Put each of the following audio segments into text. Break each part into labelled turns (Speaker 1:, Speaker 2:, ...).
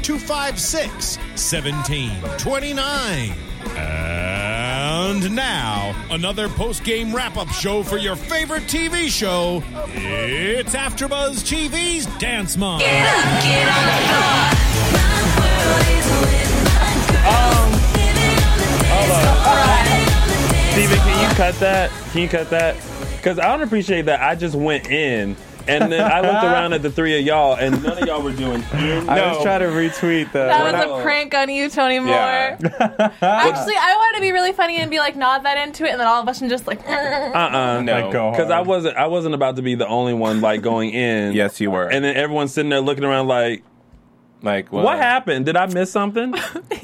Speaker 1: 256 1729. And now, another post game wrap up show for your favorite TV show. It's AfterBuzz TV's Dance Mom.
Speaker 2: Steven, can you cut that? Can you cut that? Because I don't appreciate that. I just went in. And then I looked around at the three of y'all, and none of y'all were doing. No.
Speaker 3: I was trying to retweet the.
Speaker 4: That was
Speaker 2: We're
Speaker 4: a
Speaker 2: not-
Speaker 4: prank on you, Tony Moore.
Speaker 3: Yeah.
Speaker 4: Actually, I wanted to be really funny and be like not that into it, and then all of a sudden just like.
Speaker 2: Uh-uh, no.
Speaker 3: Like, go
Speaker 2: Because I
Speaker 3: hard.
Speaker 2: wasn't. I wasn't about to be the only one like going in.
Speaker 3: Yes, you were.
Speaker 2: And then everyone's sitting there looking around like,
Speaker 3: like
Speaker 2: what, happened? Did I miss something?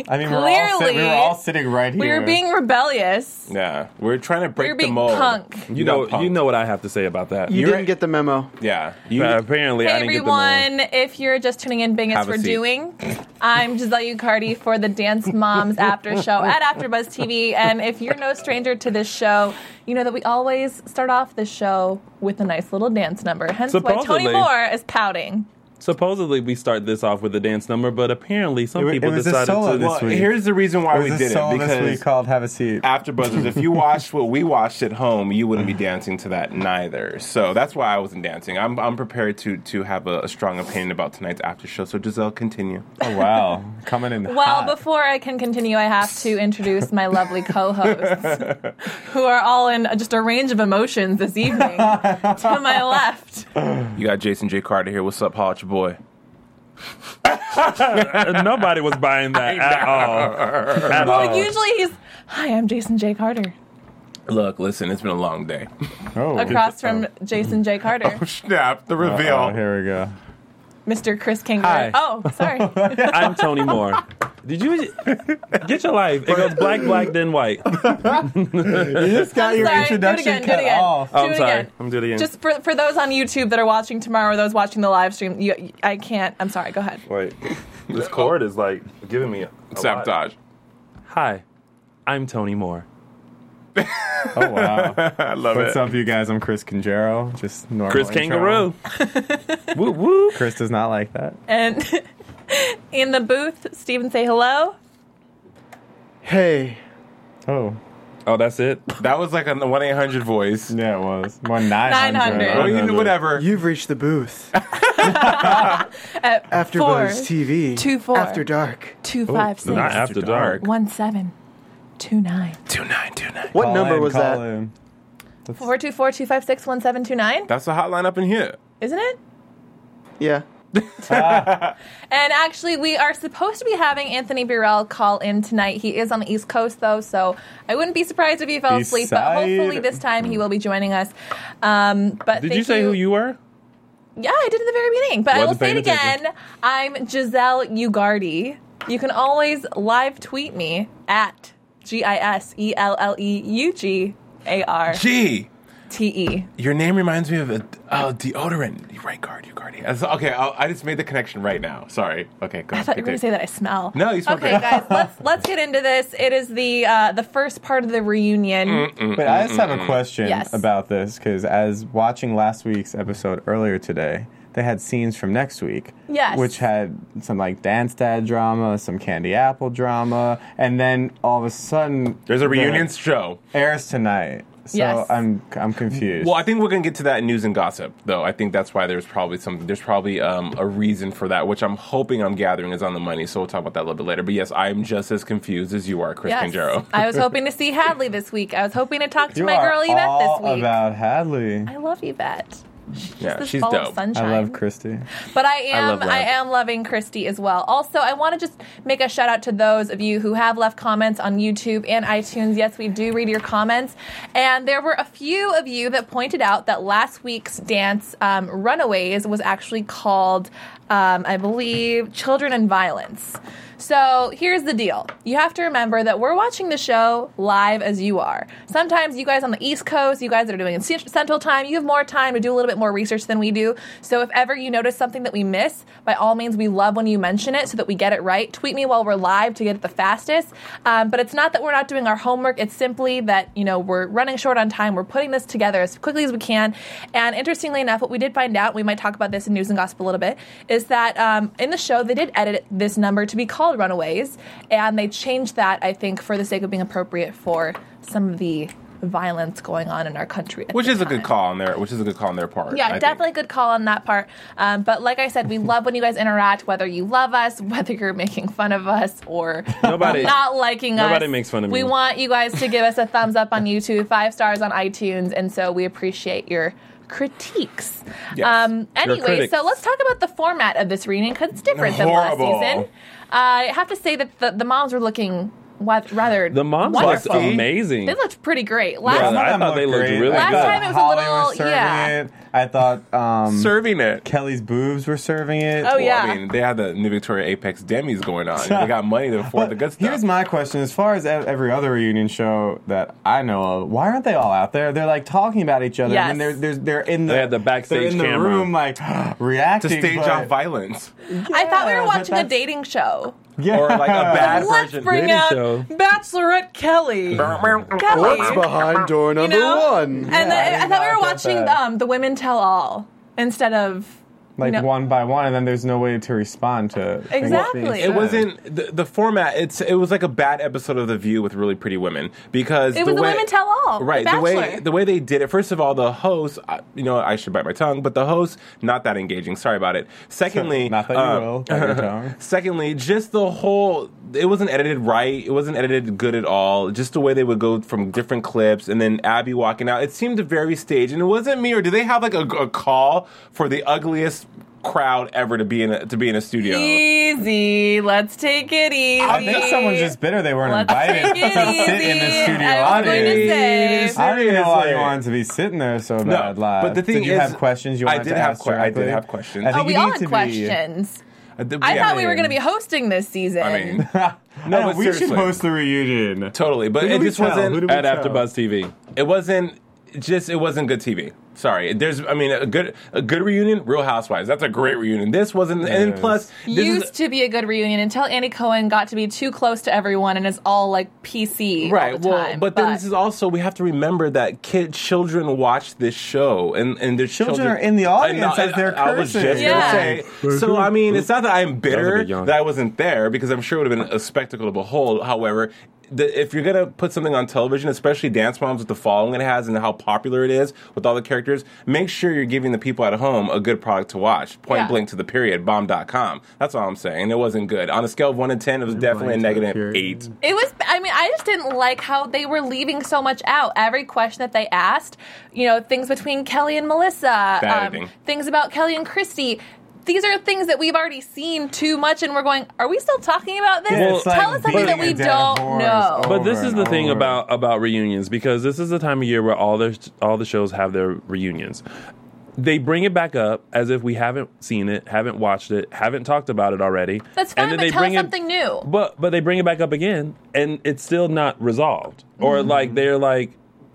Speaker 3: I mean, we're all, sit- we
Speaker 4: Clearly.
Speaker 3: were all sitting right here.
Speaker 4: we were being rebellious.
Speaker 3: Yeah, we're trying to break
Speaker 4: We were
Speaker 3: the
Speaker 4: being
Speaker 3: mold.
Speaker 4: punk.
Speaker 2: You
Speaker 3: No
Speaker 2: know.
Speaker 3: punk.
Speaker 2: You know what I have to say about that.
Speaker 5: You
Speaker 3: You're-
Speaker 5: didn't get the memo.
Speaker 3: Yeah, you.
Speaker 2: Uh, apparently,
Speaker 4: Hey
Speaker 2: I didn't get the
Speaker 4: everyone, if you're just tuning in, Bing, it's
Speaker 3: Have a
Speaker 4: for
Speaker 3: seat.
Speaker 4: doing. I'm Giselle Ucardi for the Dance Moms After Show at AfterBuzz TV, and if you're no stranger to this show, you know that we always start off the show with a nice little dance number. Hence why Tony
Speaker 2: Supposedly.
Speaker 4: Moore is pouting.
Speaker 2: Supposedly, we start this off with a dance number, but apparently, some
Speaker 6: It wa-
Speaker 2: people
Speaker 6: it was a
Speaker 2: decided
Speaker 6: solo
Speaker 2: to.
Speaker 6: this
Speaker 3: well,
Speaker 6: week.
Speaker 3: here's the reason why
Speaker 6: There
Speaker 3: we
Speaker 6: was a
Speaker 3: did it
Speaker 6: song this week
Speaker 3: because
Speaker 6: called "Have a Seat."
Speaker 3: after buzzers, if you watched what we watched at home, you wouldn't be dancing to that neither. So that's why I wasn't dancing. I'm I'm prepared to to have a, a strong opinion about tonight's after show. So Giselle, continue.
Speaker 6: Oh wow, coming in.
Speaker 4: Well,
Speaker 6: hot.
Speaker 4: before I can continue, I have to introduce my lovely co-hosts, who are all in just a range of emotions this evening. to my left,
Speaker 3: You got Jason J Carter here. What's up, Paul? It's your boy.
Speaker 2: Uh, Nobody was buying that at all. At all.
Speaker 4: well, usually he's, "Hi, I'm Jason J. Carter."
Speaker 3: Look, listen, it's been a long day.
Speaker 6: oh,
Speaker 4: Across
Speaker 2: uh,
Speaker 4: from Jason J. Carter,
Speaker 2: oh.
Speaker 3: Snap the reveal.
Speaker 6: Oh, here we go.
Speaker 4: Mr. Chris King.
Speaker 2: Hi.
Speaker 4: Oh, sorry.
Speaker 2: I'm Tony Moore. Did you get your life? It goes black, black, then white.
Speaker 6: You just got
Speaker 4: I'm
Speaker 6: your
Speaker 4: sorry.
Speaker 6: introduction
Speaker 4: do it again. do
Speaker 6: cut
Speaker 4: it again.
Speaker 6: off.
Speaker 4: Do
Speaker 2: Oh, I'm
Speaker 4: it
Speaker 2: sorry.
Speaker 4: again.
Speaker 2: I'm doing it again.
Speaker 4: Just for, for those on YouTube that are watching tomorrow or those watching the live stream, you, I can't. I'm sorry. Go ahead.
Speaker 2: Wait, this cord is like giving me a, a lot.
Speaker 3: Sabotage.
Speaker 2: Hi, I'm Tony Moore.
Speaker 6: Oh wow.
Speaker 3: I love
Speaker 6: What's
Speaker 3: it.
Speaker 6: up, you guys? I'm Chris Kinjero. Just normal.
Speaker 2: Chris
Speaker 6: Oh, intro.
Speaker 2: Kangaroo. woo woo.
Speaker 6: Chris does not like that.
Speaker 4: And in the booth, Steven, say hello.
Speaker 5: Hey,
Speaker 6: Oh,
Speaker 2: Oh, that's it.
Speaker 3: That was like a one eight hundred voice.
Speaker 6: yeah, it was more nine
Speaker 4: 900.
Speaker 3: Well,
Speaker 6: hundred.
Speaker 3: you- Whatever.
Speaker 5: you've reached the booth. After
Speaker 4: four,
Speaker 5: Buzz TV.
Speaker 4: two, four.
Speaker 5: After dark.
Speaker 4: Two five six.
Speaker 2: Not after dark.
Speaker 4: One seven two nine.
Speaker 3: Two nine two nine.
Speaker 5: What number was that?
Speaker 4: Four two four two five six one seven two nine,
Speaker 3: That's the hotline up in here.
Speaker 4: isn't it?
Speaker 5: Yeah.
Speaker 4: And actually, we are supposed to be having Anthony Burrell call in tonight. He is on the East Coast, though, so I wouldn't be surprised if he fell asleep. But
Speaker 6: Beside-
Speaker 4: hopefully, this time he will be joining us. Um, but
Speaker 2: Did
Speaker 4: thank
Speaker 2: you say who you were?
Speaker 4: Yeah, I did at the very beginning. But I will
Speaker 2: Wasn't
Speaker 4: say it
Speaker 2: paying
Speaker 4: again. I'm Giselle Ugardi. You can always live tweet me at G I S E L L E U G A R
Speaker 3: Gee,
Speaker 4: T E.
Speaker 3: your name reminds me of a uh, deodorant. You right, guard, you guardy. That's- Okay, I'll, I just made the connection right now. Sorry. Okay, go.
Speaker 4: I thought you were going to say that I smell.
Speaker 3: No, you smell
Speaker 4: Okay,
Speaker 3: great.
Speaker 4: guys, let's let's get into this. It is the uh, the first part of the reunion.
Speaker 6: But I just have a question
Speaker 4: Yes.
Speaker 6: about this because as watching last week's episode earlier today, they had scenes from next week,
Speaker 4: Yes.
Speaker 6: which had some like dance dad drama, some candy apple drama, and then all of a sudden
Speaker 3: There's a
Speaker 6: the
Speaker 3: reunion show.
Speaker 6: airs tonight. So
Speaker 4: Yes.
Speaker 6: I'm I'm confused.
Speaker 3: Well, I think we're gonna get to that in news and gossip, though. I think that's why there's probably some there's probably um, a reason for that, which I'm hoping I'm gathering is on the money. So we'll talk about that a little bit later. But yes, I'm just as confused as you are, Chris
Speaker 4: Yes.
Speaker 3: Kinjero.
Speaker 4: I was hoping to see Hadley this week. I was hoping to talk to
Speaker 6: you
Speaker 4: my
Speaker 6: are
Speaker 4: girl Yvette
Speaker 6: all
Speaker 4: this week.
Speaker 6: about Hadley.
Speaker 4: I love Yvette. She's
Speaker 3: Yeah,
Speaker 4: this
Speaker 3: she's
Speaker 4: ball
Speaker 3: dope.
Speaker 4: Of
Speaker 3: I
Speaker 4: sunshine.
Speaker 6: I love Christy.
Speaker 4: But I
Speaker 3: I
Speaker 4: am
Speaker 3: love
Speaker 4: I,
Speaker 3: that.
Speaker 4: am loving Christy as well. Also, I want to just make a shout out to those of you who have left comments on YouTube and iTunes. Yes, we do read your comments, and there were a few of you that pointed out that last week's dance um, "Runaways" was actually called, um, I believe, "Children and Violence." So here's the deal. You have to remember that we're watching the show live as you are. Sometimes you guys on the East Coast, you guys that are doing it in Central Time, you have more time to do a little bit more research than we do. So if ever you notice something that we miss, by all means, we love when you mention it so that we get it right. Tweet me while we're live to get it the fastest. Um, but it's not that we're not doing our homework. It's simply that, you know, we're running short on time. We're putting this together as quickly as we can. And interestingly enough, what we did find out, we might talk about this in News and Gossip a little bit, is that um, in the show, they did edit this number to be called Runaways. And they changed that, I think, for the sake of being appropriate for some of the violence going on in our country. at
Speaker 3: Which
Speaker 4: the
Speaker 3: is a good
Speaker 4: time.
Speaker 3: call on their which is a good call on their part. I
Speaker 4: Yeah,
Speaker 3: think.
Speaker 4: definitely good call on that part. Um, but like I said, we love when you guys interact, whether you love us, whether you're making fun of us, or
Speaker 2: Nobody-
Speaker 4: not liking us.
Speaker 2: nobody makes fun of
Speaker 4: We
Speaker 2: me.
Speaker 4: want you guys to give us a thumbs up on YouTube, five stars on iTunes, and so we appreciate your critiques.
Speaker 3: Yes.
Speaker 4: Um,
Speaker 2: Your
Speaker 4: anyway,
Speaker 2: critics.
Speaker 4: so let's talk about the format of this reunion because it's different
Speaker 3: Horrible.
Speaker 4: than last season. Uh, I have to say that the, the moms were looking wa- rather
Speaker 2: The moms looked
Speaker 4: wonderful.
Speaker 2: amazing.
Speaker 4: They looked pretty great. Last
Speaker 2: Yeah, I thought they looked really
Speaker 4: Last
Speaker 2: good.
Speaker 4: time it was a
Speaker 6: Holly
Speaker 4: little-
Speaker 6: was serving
Speaker 4: yeah.
Speaker 6: it. I thought um,
Speaker 3: serving it.
Speaker 6: Kelly's boobs were serving it.
Speaker 4: Oh, yeah.
Speaker 3: Mm. I mean, they had the New Victoria Apex demis going on. they got money to afford
Speaker 6: But
Speaker 3: the good stuff.
Speaker 6: Here's my question: As far as e- every other reunion show that I know of, why aren't they all out there? They're like talking about each other, and
Speaker 4: Yes.
Speaker 6: then they're, they're they're in the
Speaker 2: They had the backstage
Speaker 6: they're in the
Speaker 2: camera.
Speaker 6: room like
Speaker 3: to
Speaker 6: reacting
Speaker 3: stage
Speaker 6: but-
Speaker 3: off violence
Speaker 4: I thought we
Speaker 6: Yeah,
Speaker 4: were
Speaker 6: but
Speaker 4: watching a
Speaker 6: that's-
Speaker 4: dating show.
Speaker 6: Yeah.
Speaker 3: or like a bad
Speaker 4: Let's
Speaker 3: version.
Speaker 4: bring
Speaker 2: Dating
Speaker 4: out
Speaker 2: show.
Speaker 4: Bachelorette Kelly. Kelly.
Speaker 5: What's behind door
Speaker 4: you
Speaker 5: number
Speaker 4: know? And
Speaker 5: one?
Speaker 4: then-
Speaker 6: I
Speaker 4: I,
Speaker 6: did
Speaker 4: thought we
Speaker 6: not
Speaker 4: were
Speaker 6: get
Speaker 4: watching
Speaker 6: that.
Speaker 4: um, The Women Tell All instead of.
Speaker 6: like
Speaker 4: No.
Speaker 6: one by one, and then there's no way to respond to things being
Speaker 4: Exactly.
Speaker 6: said.
Speaker 3: It wasn't the, the format. It's it was like a bad episode of The View with really pretty women because
Speaker 4: It was the
Speaker 3: way-
Speaker 4: Women Tell All, The
Speaker 3: Right, the way
Speaker 4: Bachelor.
Speaker 3: the way they did it. First of all, the host. I- You know, I should bite my tongue, but the host not that engaging. Sorry about it. Secondly,
Speaker 6: Not that you
Speaker 3: um,
Speaker 6: will. by your tongue.
Speaker 3: Secondly, just the whole it wasn't edited right. It wasn't edited good at all. Just the way they would go from different clips and then Abby walking out. It seemed very staged. And it wasn't me. Or do they have like a, a call for the ugliest crowd ever to be in a, to be in a studio?
Speaker 4: Easy. Let's take it easy.
Speaker 6: I think someone's just bitter they weren't
Speaker 4: Let's take
Speaker 6: invited to
Speaker 4: it
Speaker 6: sit in the
Speaker 4: easy.
Speaker 6: studio
Speaker 4: I was going to
Speaker 6: audience.
Speaker 4: say.
Speaker 6: I don't even know why you
Speaker 3: Seriously.
Speaker 6: wanted to be sitting there so bad. Lyle.
Speaker 3: but the thing
Speaker 6: did you
Speaker 3: is-
Speaker 6: have questions you
Speaker 3: I
Speaker 6: wanted
Speaker 3: did
Speaker 6: to
Speaker 3: have
Speaker 6: ask
Speaker 3: que- I did
Speaker 6: directly?
Speaker 3: have questions.
Speaker 6: I
Speaker 4: Oh,
Speaker 6: think
Speaker 4: we
Speaker 6: you
Speaker 4: all
Speaker 6: need
Speaker 4: had
Speaker 6: to be-
Speaker 4: questions.
Speaker 3: Uh, th-
Speaker 4: I
Speaker 3: yeah.
Speaker 4: thought we were going to be hosting this season.
Speaker 3: I mean,
Speaker 6: no,
Speaker 3: but
Speaker 6: we should
Speaker 3: seriously.
Speaker 6: host the reunion.
Speaker 3: totally. But
Speaker 6: Who do
Speaker 3: it
Speaker 6: we
Speaker 3: just
Speaker 6: tell? Who do
Speaker 3: wasn't.
Speaker 6: we
Speaker 2: at
Speaker 6: tell?
Speaker 2: AfterBuzz TV.
Speaker 3: It wasn't. Just it wasn't good TV. Sorry. There's. I mean, a good a good reunion. Real Housewives. That's a great reunion. This wasn't. and
Speaker 6: is.
Speaker 3: plus, this is-
Speaker 4: used to be a good reunion until Annie Cohen got to be too close to everyone and is all like PC all
Speaker 3: right
Speaker 4: the
Speaker 3: well
Speaker 4: time.
Speaker 3: but, then this is also we have to remember that kid children watch this show and and their children,
Speaker 6: Children are in the audience
Speaker 3: I, know,
Speaker 6: as they're
Speaker 3: I, I was just
Speaker 6: cursing.
Speaker 4: Yeah.
Speaker 3: gonna say so i mean it's not that
Speaker 2: That was
Speaker 3: i'm
Speaker 2: a
Speaker 3: bitter
Speaker 2: big yawn.
Speaker 3: that i wasn't there because i'm sure it would have been a spectacle to behold however the, if you're gonna put something on television, especially Dance Moms with the following it has and how popular it is with all the characters, make sure you're giving the people at home a good product to watch. Point
Speaker 4: Yeah.
Speaker 3: blank to the period, bomb.com. That's all I'm saying. And it wasn't good. On a scale of 1 to 10, it was definitely a
Speaker 6: blank to the
Speaker 3: negative
Speaker 6: period.
Speaker 3: 8.
Speaker 4: It was. I mean, I just didn't like how they were leaving so much out. Every question that they asked, you know, things between Kelly and Melissa, um,
Speaker 3: editing.
Speaker 4: things about Kelly and Christy. These are things that we've already seen too much, and we're going. Are we still talking about this?
Speaker 6: Yeah, it's
Speaker 4: Tell
Speaker 6: like
Speaker 4: us something that we
Speaker 6: beating a dead
Speaker 4: don't
Speaker 6: horse
Speaker 4: know.
Speaker 6: over
Speaker 2: But this is
Speaker 6: and
Speaker 2: the thing
Speaker 6: over.
Speaker 2: about about reunions because this is the time of year where all the all the shows have their reunions. They bring it back up as if we haven't seen it, haven't watched it, haven't talked about it already.
Speaker 4: That's fine, but
Speaker 2: they
Speaker 4: tell us
Speaker 2: bring it-
Speaker 4: something new.
Speaker 2: But but they bring it back up again, and it's still not resolved. Or
Speaker 4: Mm-hmm.
Speaker 2: like they're like,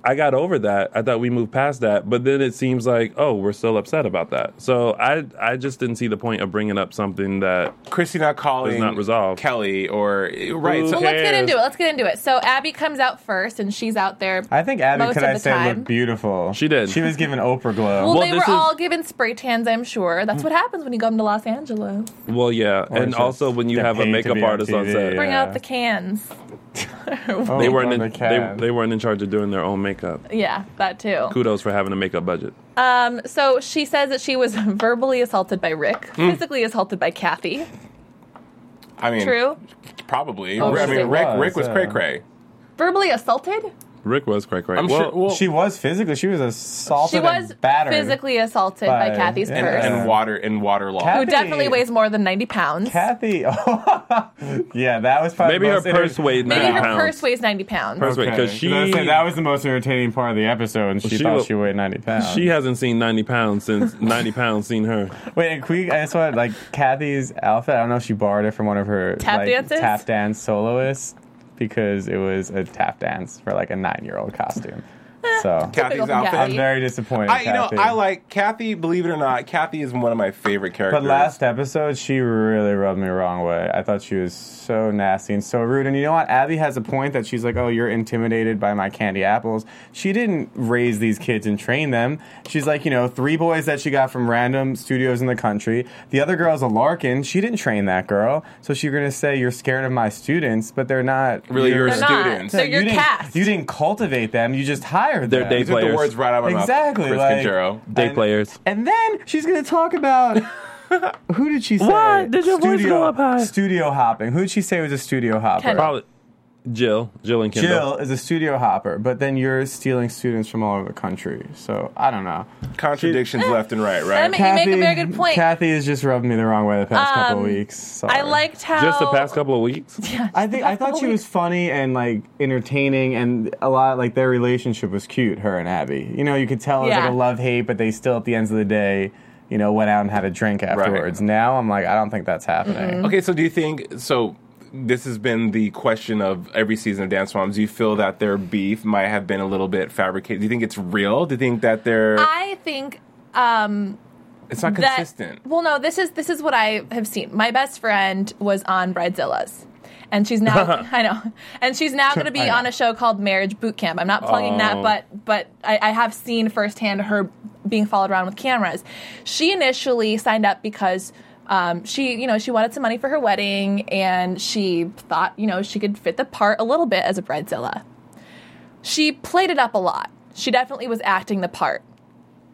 Speaker 2: I got over that. I thought we moved past that, but then it seems like oh, we're still upset about that. So I I just didn't see the point of bringing up something that
Speaker 3: Christy not calling
Speaker 2: It's not resolved.
Speaker 3: Kelly or right.
Speaker 4: well,
Speaker 3: So,
Speaker 4: let's
Speaker 2: Ooh.
Speaker 4: get
Speaker 2: cares?
Speaker 4: into it. Let's get into it. So Abby comes out first, and she's out there.
Speaker 6: I think Abby,
Speaker 4: most
Speaker 6: could
Speaker 4: of
Speaker 6: I
Speaker 4: the
Speaker 6: say,
Speaker 4: time.
Speaker 6: looked beautiful.
Speaker 2: She did.
Speaker 6: She was given Oprah glow.
Speaker 4: Well,
Speaker 2: Well,
Speaker 4: they were
Speaker 2: this is-
Speaker 4: all given spray tans, I'm sure. That's what happens when you come to Los Angeles.
Speaker 2: well yeah,
Speaker 6: it's
Speaker 2: and
Speaker 6: just
Speaker 2: also when you
Speaker 6: get
Speaker 2: have a
Speaker 6: paid to
Speaker 2: makeup
Speaker 6: be on
Speaker 2: artist on
Speaker 6: TV,
Speaker 2: set.
Speaker 6: yeah.
Speaker 4: Bring out the cans.
Speaker 6: Oh,
Speaker 2: They weren't
Speaker 6: on
Speaker 2: in,
Speaker 6: the
Speaker 2: they,
Speaker 6: cab.
Speaker 2: they weren't in charge of doing their own makeup.
Speaker 4: Yeah, that too.
Speaker 2: Kudos for having a makeup budget.
Speaker 4: Um, so she says that she was verbally assaulted by Rick, physically assaulted by Kathy.
Speaker 3: I mean,
Speaker 4: True.
Speaker 3: probably.
Speaker 4: Oh,
Speaker 3: I
Speaker 4: she
Speaker 3: mean, Rick.
Speaker 6: was,
Speaker 3: Rick was
Speaker 6: yeah.
Speaker 3: cray cray.
Speaker 4: Verbally assaulted?
Speaker 2: Rick was quite right.
Speaker 3: I'm
Speaker 2: well,
Speaker 3: sure. Well,
Speaker 6: she was physically. She was assaulted.
Speaker 4: She was
Speaker 6: and battered.
Speaker 4: physically assaulted by,
Speaker 6: by-
Speaker 4: Kathy's
Speaker 6: yeah.
Speaker 4: purse,
Speaker 3: and water and water law.
Speaker 4: who
Speaker 6: Kathy-
Speaker 4: definitely weighs more than 90 pounds.
Speaker 6: Kathy. yeah, that was probably
Speaker 2: maybe
Speaker 6: the
Speaker 2: her
Speaker 6: most
Speaker 2: purse
Speaker 6: irri-
Speaker 2: weighed
Speaker 4: Maybe
Speaker 2: 90
Speaker 4: her
Speaker 2: pounds.
Speaker 4: purse weighs 90 pounds.
Speaker 2: Purse weight, 'cause
Speaker 6: I was
Speaker 2: she-
Speaker 6: gonna say, that was the most entertaining part of the episode, and she
Speaker 2: Well, she
Speaker 6: thought
Speaker 2: wa-
Speaker 6: she weighed ninety pounds.
Speaker 2: she hasn't seen 90 pounds since 90 pounds seen her.
Speaker 6: Wait, and Queen, I just want like Kathy's outfit. I don't know if she borrowed it from one of her
Speaker 4: Tap
Speaker 6: like,
Speaker 4: dances?
Speaker 6: tap dance soloists because it was a tap dance for like a nine-year-old costume. So
Speaker 3: Kathy's
Speaker 4: Typical
Speaker 3: outfit.
Speaker 6: I'm
Speaker 4: Kathy.
Speaker 6: very disappointed.
Speaker 3: I, you know,
Speaker 6: Kathy.
Speaker 3: I like Kathy. Believe it or not, Kathy is one of my favorite characters.
Speaker 6: But last episode, she really rubbed me the wrong way. I thought she was so nasty and so rude. And you know what? Abby has a point that she's like, "Oh, you're intimidated by my candy apples." She didn't raise these kids and train them. She's like, you know, three boys that she got from random studios in the country. The other girl's a Larkin. She didn't train that girl, so she's gonna say you're scared of my students, but they're not
Speaker 3: really, your
Speaker 4: They're not.
Speaker 3: students.
Speaker 4: They're
Speaker 3: You
Speaker 4: your
Speaker 6: you didn't,
Speaker 4: cast.
Speaker 6: You didn't cultivate them. You just hired
Speaker 2: They're
Speaker 6: them.
Speaker 2: day
Speaker 3: took the
Speaker 2: players.
Speaker 3: words right out of my
Speaker 6: Exactly,
Speaker 3: mouth. Chris
Speaker 6: like-
Speaker 3: Quintero.
Speaker 2: Day
Speaker 6: And-
Speaker 2: players.
Speaker 6: And then she's gonna talk about who did she say?
Speaker 2: What? Did your voice go up high?
Speaker 6: Studio hopping. Who did she say was a studio hopper?
Speaker 4: Kendall.
Speaker 2: Probably Jill. Jill and Kendall.
Speaker 6: Jill is a studio hopper, but then you're stealing students from all over the country. So I don't know.
Speaker 3: Contradictions left and right,
Speaker 4: I
Speaker 3: right?
Speaker 4: mean- You make a very good point.
Speaker 6: Kathy has just rubbed me the wrong way the past couple
Speaker 4: Um,
Speaker 6: of weeks. Sorry.
Speaker 4: I liked how
Speaker 2: Just the past couple of weeks.
Speaker 6: I think I thought she was funny and like entertaining, and a lot like their relationship was cute. Her and Abby, you know, you could tell it was
Speaker 4: Yeah.
Speaker 6: like a love hate, but they still at the end of the day, you know, went out and had a drink afterwards. Now I'm like, I don't think that's happening.
Speaker 3: okay, so do you think so? This has been the question of every season of Dance Moms. Do you feel that their beef might have been a little bit fabricated? Do you think it's real? Do you think that they're
Speaker 4: I think um,
Speaker 3: it's not
Speaker 4: that
Speaker 3: consistent?
Speaker 4: well, no, this is this is what I have seen. My best friend was on Bridezilla's. And she's now, I know, and she's now going to be
Speaker 6: I know.
Speaker 4: on a show called Marriage Boot Camp. I'm not plugging that,
Speaker 2: Oh.
Speaker 4: but but I, I have seen firsthand her being followed around with cameras. She initially signed up because um, she, you know, she wanted some money for her wedding, and she thought, you know, she could fit the part a little bit as a bridezilla. She played it up a lot. She definitely was acting the part.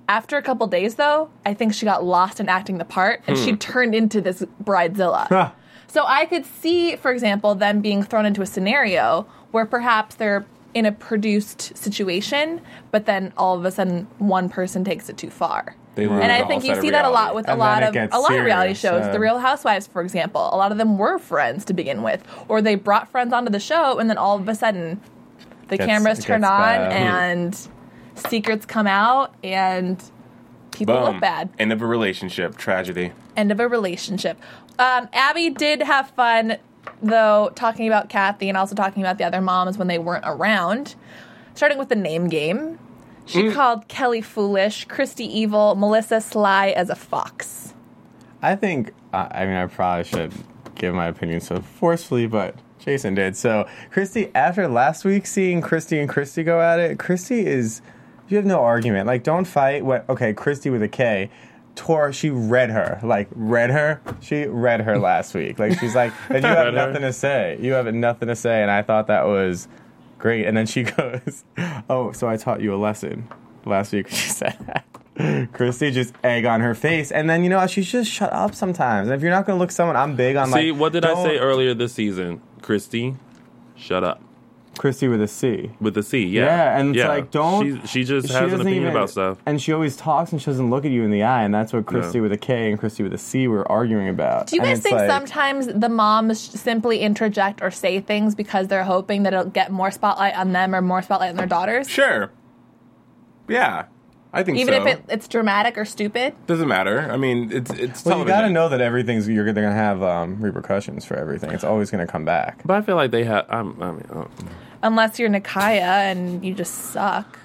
Speaker 4: After a couple days, though, I think she got lost in acting the part and she turned into this
Speaker 6: Ah.
Speaker 4: bridezilla. so I could see, for example, them being thrown into a scenario where perhaps they're in a produced situation, but then all of a sudden one person takes it too far.
Speaker 3: They lose
Speaker 4: and I
Speaker 3: the
Speaker 4: think you
Speaker 3: whole set
Speaker 4: see
Speaker 3: of
Speaker 4: that a
Speaker 3: reality.
Speaker 4: lot with a
Speaker 6: And then
Speaker 4: lot
Speaker 6: it
Speaker 4: of
Speaker 6: gets
Speaker 4: a lot of reality
Speaker 6: serious,
Speaker 4: shows.
Speaker 6: uh,
Speaker 4: The Real Housewives, for example, a lot of them were friends to begin with, or they brought friends onto the show, and then all of a sudden, the
Speaker 6: Gets-
Speaker 4: cameras
Speaker 6: it
Speaker 4: turn on
Speaker 6: gets bad. Hmm.
Speaker 4: and secrets come out, and people
Speaker 3: Boom.
Speaker 4: look bad.
Speaker 3: Um, End of a relationship. Tragedy.
Speaker 4: End of a relationship. Um, Abby did have fun though talking about Kathy and also talking about the other moms when they weren't around. Starting with the name game, she
Speaker 6: Mm.
Speaker 4: called Kelly foolish, Christy evil, Melissa sly as a fox.
Speaker 6: I think, I I mean, I probably should give my opinion so forcefully, but Jason did. So, Christy, after last week seeing Christy and Christy go at it, Christy is, you have no argument. Like, don't fight. What, okay, Christy with a K. Tore, she read her. Like, read her? She read her last week. Like, she's like, and you
Speaker 2: Read
Speaker 6: have
Speaker 2: her.
Speaker 6: nothing to say. You have nothing to say. And I thought that was great. And then she goes, Oh, so I taught you a lesson last week. She said that. Christy just egg on her face. And then, you know, she's just shut up sometimes. And if you're not going to look someone, I'm big on like.
Speaker 2: See, what did I say
Speaker 6: don't-
Speaker 2: earlier this season? Christy, shut up.
Speaker 6: Christy with a C.
Speaker 2: With the C, yeah.
Speaker 6: Yeah, and it's like don't.
Speaker 2: She, she just has an
Speaker 6: doesn't
Speaker 2: opinion
Speaker 6: even-
Speaker 2: about stuff.
Speaker 6: and she always talks and she doesn't look at you in the eye, and that's what Christy
Speaker 2: No.
Speaker 6: with a K and Christy with a C were arguing about.
Speaker 4: Do you
Speaker 6: And
Speaker 4: guys
Speaker 6: it's
Speaker 4: think
Speaker 6: like-
Speaker 4: sometimes the moms simply interject or say things because they're hoping that it'll get more spotlight on them or more spotlight on their daughters?
Speaker 3: Sure. Yeah, I think
Speaker 4: Even
Speaker 3: so.
Speaker 4: if it, it's dramatic or stupid?
Speaker 3: doesn't matter. I mean, it's it's.
Speaker 6: Well, you
Speaker 3: television.
Speaker 6: got to know that everything's you're going to have um, repercussions for everything. It's always going to come back.
Speaker 2: But I feel like they have. I'm, I mean, oh.
Speaker 4: Unless you're Nikaya and you just suck.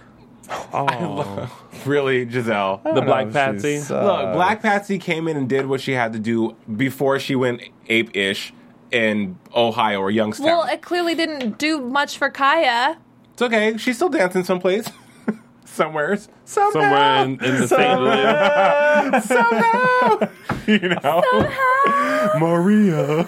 Speaker 3: Really, Giselle.
Speaker 2: the
Speaker 6: I
Speaker 2: Black
Speaker 6: don't know if
Speaker 2: Patsy.
Speaker 6: she's, uh,
Speaker 3: Look, Black Patsy came in and did what she had to do before she went ape ish in Ohio or Youngstown.
Speaker 4: Well, it clearly didn't do much for Kaya.
Speaker 3: it's okay. She's still dancing someplace. Somewhere. Somehow.
Speaker 2: Somewhere in, in the St. Louis.
Speaker 3: Somehow. you know?
Speaker 6: Maria.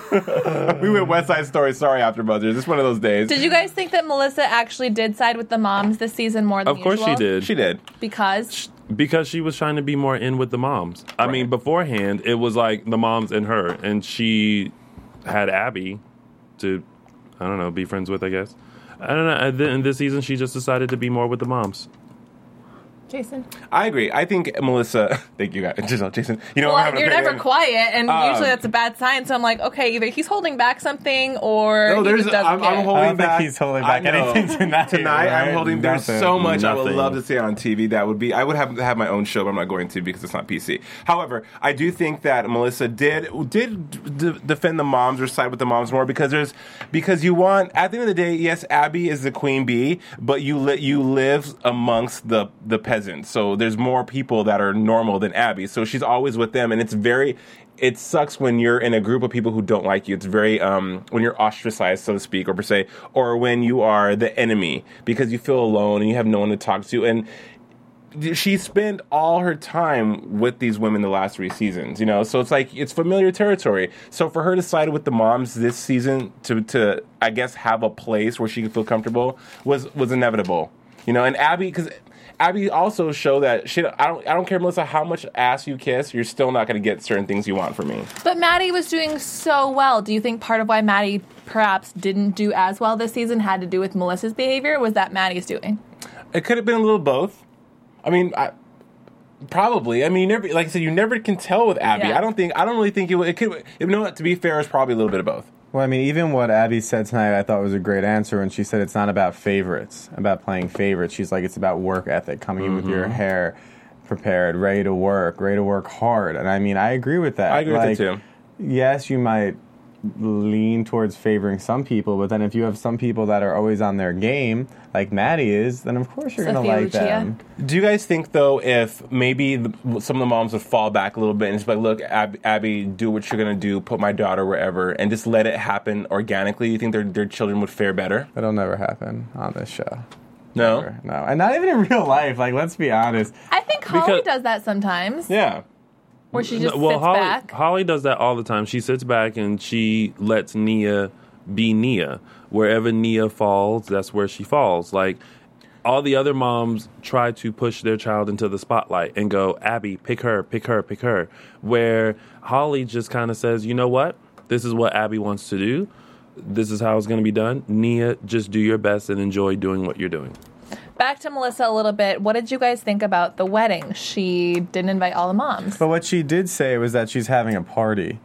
Speaker 3: We went West Side Story. Sorry, After Buzzers. It's one of those days.
Speaker 4: Did you guys think that Melissa actually did side with the moms this season more than
Speaker 2: Of course she
Speaker 4: usual?
Speaker 2: did.
Speaker 3: she did.
Speaker 4: Because
Speaker 2: because she was trying to be more in with the moms. I mean, beforehand, it was like the moms and her, and she had Abby to, I don't know, be friends with, I guess. I don't know. And then this season, she just decided to be more with the moms.
Speaker 4: Jason.
Speaker 3: I agree. I think Melissa. Thank you, guys. Giselle, Jason. You know, I'm
Speaker 4: Well,
Speaker 3: having a
Speaker 4: you're
Speaker 3: great
Speaker 4: never
Speaker 3: day.
Speaker 4: quiet, and
Speaker 3: Um,
Speaker 4: usually that's a bad sign. So I'm like, okay, either he's holding back something, or
Speaker 3: No,
Speaker 4: he
Speaker 3: there's.
Speaker 4: just doesn't
Speaker 3: I'm,
Speaker 4: care.
Speaker 3: I'm holding
Speaker 6: I don't think
Speaker 3: back.
Speaker 6: he's holding back
Speaker 3: I know.
Speaker 6: anything tonight,
Speaker 3: Tonight, I'm
Speaker 6: right?
Speaker 3: holding. There's
Speaker 6: Nothing.
Speaker 3: so much I would
Speaker 2: Nothing.
Speaker 3: love to see on TV. That would be. I would have have my own show, but I'm not going to because it's not PC. However, I do think that Melissa did did d- defend the moms or side with the moms more because there's because you want at the end of the day. Yes, Abby is the queen bee, but you li- you live amongst the the peasants. So there's more people that are normal than Abby. So she's always with them, and it's very it sucks when you're in a group of people who don't like you. It's very um, when you're ostracized, so to speak, or per se, or when you are the enemy because you feel alone and you have no one to talk to. And she spent all her time with these women the last three seasons, you know. So it's like it's familiar territory. So for her to side with the moms this season to to I guess have a place where she could feel comfortable was was inevitable, you know. And Abby because. Abby also showed that shit. I don't. I don't care, Melissa, how much ass you kiss. You're still not going to get certain things you want from me.
Speaker 4: But Maddie was doing so well. Do you think part of why Maddie perhaps didn't do as well this season had to do with Melissa's behavior? Was that Maddie's doing?
Speaker 3: It could have been a little both. I mean, I, probably. I mean, you never, like I said, you never can tell with Abby.
Speaker 4: Yeah.
Speaker 3: I don't think. I don't really think it. would- It could. You know what? To be fair, it's probably a little bit of both.
Speaker 6: Well, I mean, even what Abby said tonight, I thought was a great answer when she said it's not about favorites, about playing favorites. She's like, it's about work ethic, coming in with
Speaker 3: Mm-hmm.
Speaker 6: your hair prepared, ready to work, ready to work hard. And I mean, I agree with that.
Speaker 3: I agree
Speaker 6: like,
Speaker 3: with it too.
Speaker 6: Yes, you might lean towards favoring some people, but then if you have some people that are always on their game, like Maddie is, then of course you're going to
Speaker 4: Sophia
Speaker 6: like
Speaker 4: Lucia.
Speaker 6: them.
Speaker 3: Do you guys think though, if maybe the, some of the moms would fall back a little bit and just be like, "Look, Ab- Abby, do what you're gonna do. Put my daughter wherever, and just let it happen organically." You think their their children would fare better?
Speaker 6: That'll never happen on this show.
Speaker 3: No.
Speaker 6: No, and not even in real life. Like, let's be honest.
Speaker 4: I think Holly
Speaker 2: Because-
Speaker 4: does that sometimes,
Speaker 3: Yeah.
Speaker 4: where she just
Speaker 2: No, well,
Speaker 4: sits
Speaker 2: Holly,
Speaker 4: back.
Speaker 2: Holly does that all the time. She sits back and she lets Nia be Nia. Wherever Nia falls, that's where she falls. Like all the other moms try to push their child into the spotlight and go, Abby, pick her, pick her, pick her. Where Holly just kind of says, you know what? This is what Abby wants to do. This is how it's going to be done. Nia, just do your best and enjoy doing what you're doing.
Speaker 4: Back to Melissa a little bit. What did you guys think about the wedding? She didn't invite all the moms.
Speaker 6: But what she did say was that she's having a party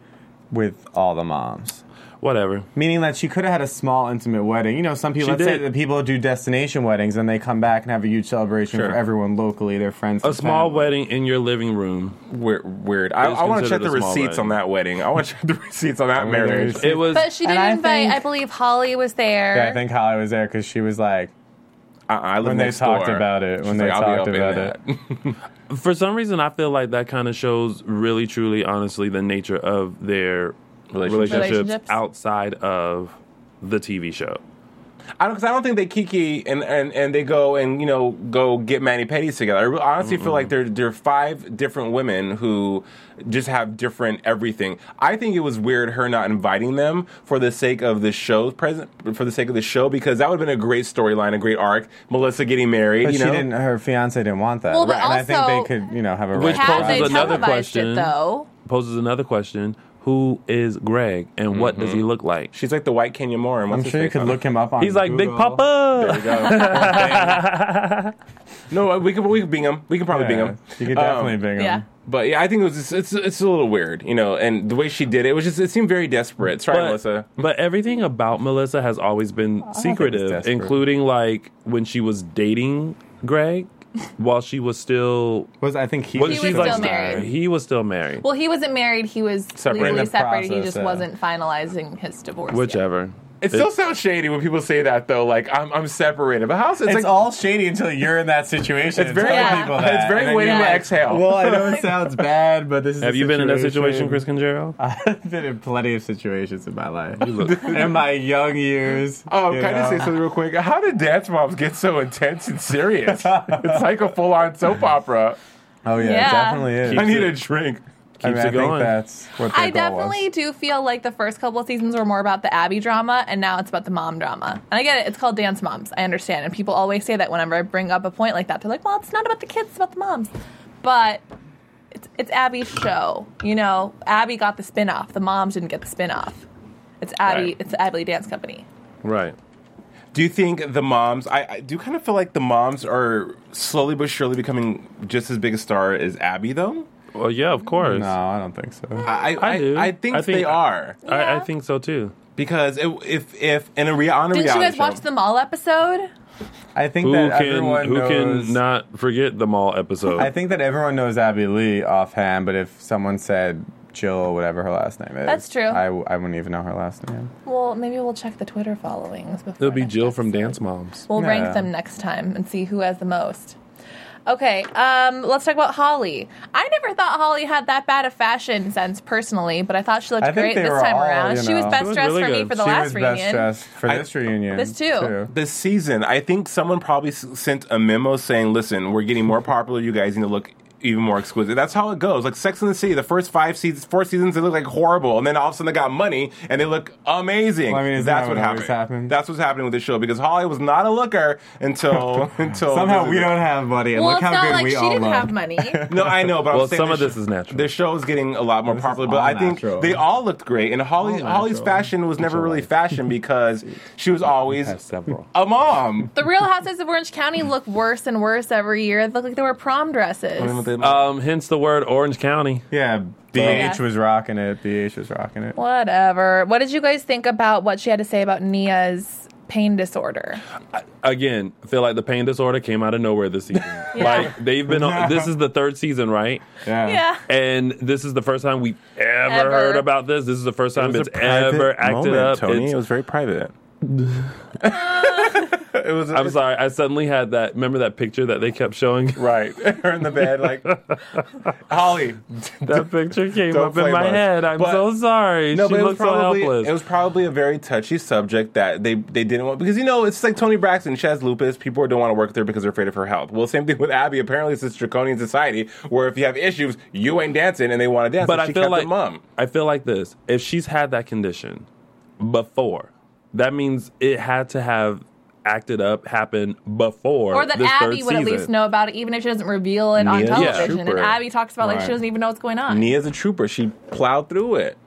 Speaker 6: with all the moms.
Speaker 2: Whatever.
Speaker 6: Meaning that she could have had a small, intimate wedding. You know, some people,
Speaker 2: She
Speaker 6: let's say
Speaker 2: did.
Speaker 6: that people do destination weddings and they come back and have a huge celebration
Speaker 3: Sure.
Speaker 6: for everyone locally, their friends.
Speaker 2: A
Speaker 6: their
Speaker 2: small
Speaker 6: family.
Speaker 2: wedding in your living room.
Speaker 3: Weird. Weird. I,
Speaker 2: It's
Speaker 3: I want to check
Speaker 2: considered
Speaker 3: the
Speaker 2: a small
Speaker 3: receipts
Speaker 2: wedding.
Speaker 3: on that wedding. I want to check the receipts on that
Speaker 6: mean,
Speaker 3: marriage.
Speaker 6: there's-
Speaker 2: It was.
Speaker 4: But she
Speaker 6: And
Speaker 4: didn't
Speaker 6: I
Speaker 4: invite.
Speaker 6: think-
Speaker 4: I believe Holly was there.
Speaker 6: Yeah, I think Holly was there because she was like,
Speaker 3: Uh-uh, I live
Speaker 6: When they
Speaker 3: next
Speaker 6: talked
Speaker 3: door.
Speaker 6: about it, when
Speaker 3: She's
Speaker 6: they
Speaker 3: "I'll be up
Speaker 6: talked
Speaker 3: in
Speaker 6: about
Speaker 3: that."
Speaker 2: for some reason i feel like that kind of shows really truly honestly the nature of their
Speaker 3: Relationships.
Speaker 2: relationships,
Speaker 4: Relationships.
Speaker 2: outside of the tv show
Speaker 3: I don't, cause I don't think they kiki and, and, and they go and you know go get mani pedis together. I re- honestly feel like they're they're five different women who just have different everything. I think it was weird her not inviting them for the sake of the show present for the sake of the show because that would have been a great storyline, a great arc. Melissa getting married,
Speaker 6: but
Speaker 3: you
Speaker 6: she
Speaker 3: know.
Speaker 6: didn't, her fiance didn't want that.
Speaker 4: Well, but
Speaker 6: and I
Speaker 4: also-
Speaker 6: think they could, you know, have a
Speaker 2: Which
Speaker 6: right
Speaker 4: How
Speaker 2: poses
Speaker 4: they
Speaker 6: to-
Speaker 2: another
Speaker 4: televised it
Speaker 2: question.
Speaker 4: though.
Speaker 2: poses another question who is greg and what does he look like
Speaker 3: She's like the white Kenya Moore. and what's
Speaker 6: I'm
Speaker 3: his
Speaker 6: sure you
Speaker 3: face
Speaker 6: could
Speaker 3: on it?
Speaker 6: look him up on
Speaker 2: he's like big
Speaker 6: Google.
Speaker 2: papa
Speaker 3: No, we could we could bing him. We could probably
Speaker 6: Yeah,
Speaker 3: bing him.
Speaker 6: You could
Speaker 3: Um,
Speaker 6: definitely bing him.
Speaker 4: Yeah.
Speaker 3: But yeah, I think it was just, it's it's a little weird, you know. And the way she did it was just it seemed very desperate. Sorry,
Speaker 2: but,
Speaker 3: Melissa.
Speaker 2: but everything about Melissa has always been secretive,
Speaker 6: desperate.
Speaker 2: including like when she was dating Greg while she was still
Speaker 6: Was, I think he
Speaker 2: when
Speaker 4: was
Speaker 2: she's,
Speaker 4: still
Speaker 2: like,
Speaker 4: married.
Speaker 2: he was still married.
Speaker 4: Well, he wasn't married. He was
Speaker 3: Separate.
Speaker 4: legally
Speaker 3: In
Speaker 6: the
Speaker 4: separated. he
Speaker 6: process,
Speaker 4: just
Speaker 6: yeah.
Speaker 4: wasn't finalizing his divorce. yet.
Speaker 2: Whichever.
Speaker 3: It still sounds shady when people say that, though. Like I'm, I'm separated, but how's it's,
Speaker 6: It's
Speaker 3: like
Speaker 6: all shady until you're in that situation.
Speaker 3: it's very
Speaker 6: Tell
Speaker 4: Yeah.
Speaker 6: people that.
Speaker 3: it's
Speaker 6: And
Speaker 3: very
Speaker 6: then
Speaker 3: waiting
Speaker 6: you're
Speaker 3: to
Speaker 6: like,
Speaker 3: exhale.
Speaker 6: Well, I know it sounds bad, but this is.
Speaker 2: Have
Speaker 6: the
Speaker 2: you been in that situation, Chris Conjero?
Speaker 6: I've been in plenty of situations in my life. in my young years.
Speaker 3: oh,
Speaker 6: you
Speaker 3: can I just say
Speaker 6: know?
Speaker 3: something real quick? How did dance moms get so intense and serious? it's like a full on soap opera.
Speaker 6: Oh yeah,
Speaker 4: Yeah.
Speaker 6: it definitely is.
Speaker 3: I need a drink.
Speaker 6: I, mean,
Speaker 2: Keeps
Speaker 6: I
Speaker 2: it
Speaker 6: think
Speaker 2: going.
Speaker 6: that's what their
Speaker 4: I
Speaker 6: goal was.
Speaker 4: definitely do feel like the first couple of seasons were more about the Abby drama, and now it's about the mom drama. And I get it; it's called Dance Moms. I understand, and people always say that whenever I bring up a point like that, they're like, "Well, it's not about the kids; it's about the moms." But it's it's Abby's show, you know. Abby got the spin off; the moms didn't get the spin off. It's Abby.
Speaker 2: Right.
Speaker 4: It's the Abby Dance Company.
Speaker 2: Right.
Speaker 3: Do you think the moms? I, I do kind of feel like the moms are slowly but surely becoming just as big a star as Abby, though.
Speaker 2: Well, yeah, of course.
Speaker 6: No, I don't think so.
Speaker 3: I I,
Speaker 2: I do.
Speaker 3: I, think,
Speaker 2: I think-
Speaker 3: they are
Speaker 2: I,
Speaker 4: Yeah.
Speaker 2: I think so too.
Speaker 3: because it, if if in a, rea- on a
Speaker 4: Didn't you
Speaker 3: reality
Speaker 4: guys
Speaker 3: show,
Speaker 4: watch the mall episode?
Speaker 6: I think
Speaker 2: Who
Speaker 6: that
Speaker 2: can
Speaker 6: everyone
Speaker 2: who
Speaker 6: knows.
Speaker 2: can not forget the mall episode?
Speaker 6: I think that everyone knows Abby Lee offhand, but if someone said Jill, whatever her last name is,
Speaker 4: That's true.
Speaker 6: I, w- I wouldn't even know her last name.
Speaker 4: Well, maybe we'll check the Twitter followings before.
Speaker 2: It'll be
Speaker 4: next
Speaker 2: Jill from
Speaker 4: episode.
Speaker 2: Dance Moms.
Speaker 4: We'll
Speaker 6: Yeah.
Speaker 4: rank them next time and see who has the most. Okay, um, let's talk about Holly. I never thought Holly had that bad a fashion sense personally, but I thought she looked
Speaker 6: I
Speaker 4: great
Speaker 6: think they
Speaker 4: this
Speaker 6: were
Speaker 4: time
Speaker 6: all,
Speaker 4: around.
Speaker 6: you
Speaker 4: She was
Speaker 6: know-
Speaker 4: best
Speaker 2: She was
Speaker 4: dressed
Speaker 2: really
Speaker 4: for me
Speaker 2: good.
Speaker 4: for the
Speaker 6: she
Speaker 4: last
Speaker 6: was
Speaker 4: reunion.
Speaker 6: best dressed for
Speaker 3: I-
Speaker 6: this reunion.
Speaker 4: This too.
Speaker 3: this season, I think someone probably s- sent a memo saying, "Listen, we're getting more popular. You guys need to look." Even more exquisite. That's how it goes. Like Sex in the City, the first five seasons, four seasons, they look like horrible, and then all of a sudden they got money and they look amazing.
Speaker 6: Well, I mean, isn't
Speaker 3: that's
Speaker 6: that
Speaker 3: what
Speaker 6: what always
Speaker 3: happened.
Speaker 6: happens?
Speaker 3: That's what's happening with the show because Holly was not a looker until until
Speaker 6: Somehow we don't have money, and
Speaker 4: Well,
Speaker 6: look
Speaker 4: it's
Speaker 6: how
Speaker 4: not
Speaker 6: good
Speaker 4: like
Speaker 6: we
Speaker 4: she
Speaker 6: all
Speaker 4: didn't
Speaker 6: look.
Speaker 4: have money.
Speaker 3: No, I know, but
Speaker 2: Well,
Speaker 3: I'm saying
Speaker 2: some
Speaker 3: the
Speaker 2: of this
Speaker 3: sh-
Speaker 2: is natural.
Speaker 3: The show is getting a lot more popular, but
Speaker 6: all
Speaker 3: I think
Speaker 6: natural.
Speaker 3: they all looked great. And Holly,
Speaker 6: All
Speaker 3: Holly's
Speaker 6: natural.
Speaker 3: fashion was never really fashion because she was
Speaker 2: Have
Speaker 3: always
Speaker 2: several.
Speaker 3: a mom.
Speaker 4: the Real Houses of Orange County look worse and worse every year. They look like they were prom dresses.
Speaker 2: Um, hence the word Orange County.
Speaker 6: Yeah, BH
Speaker 4: Yeah.
Speaker 6: was rocking it. BH was rocking it.
Speaker 4: Whatever. What did you guys think about what she had to say about Nia's pain disorder?
Speaker 2: Again, I feel like the pain disorder came out of nowhere this season. Like they've been on. This is the third season, right?
Speaker 6: Yeah.
Speaker 4: Yeah.
Speaker 2: And this is the first time we've ever,
Speaker 4: Ever.
Speaker 2: heard about this. This is the first time it's ever acted up. It's-
Speaker 3: was very private. it was.
Speaker 2: I'm sorry. I suddenly had that. Remember that picture that they kept showing?
Speaker 3: Right, her in the bed, like Holly.
Speaker 2: That picture came
Speaker 3: Don't
Speaker 2: up in
Speaker 3: blame
Speaker 2: my
Speaker 3: us.
Speaker 2: head. I'm
Speaker 3: But-
Speaker 2: so sorry.
Speaker 3: No,
Speaker 2: she
Speaker 3: but it was
Speaker 2: looks so
Speaker 3: probably
Speaker 2: helpless.
Speaker 3: it was probably a very touchy subject that they they didn't want because you know it's like Tony Braxton, she has lupus. People don't want to work there because they're afraid of her health. Well, same thing with Abby. Apparently, it's this draconian society where if you have issues, you ain't dancing, and they want to dance.
Speaker 2: but
Speaker 3: and
Speaker 2: I
Speaker 3: she
Speaker 2: feel
Speaker 3: kept
Speaker 2: like
Speaker 3: it mum.
Speaker 2: I feel like this. If she's had that condition before, that means it had to have acted up, happen before,
Speaker 4: Or that
Speaker 2: this
Speaker 4: Abby
Speaker 2: third
Speaker 4: would at
Speaker 2: season.
Speaker 4: least know about it, even if she doesn't reveal it on
Speaker 3: Nia's a
Speaker 4: television. and
Speaker 3: trooper.
Speaker 4: Abby talks about like
Speaker 6: Right.
Speaker 4: she doesn't even know what's going on.
Speaker 3: Nia's a trooper. She plowed through it.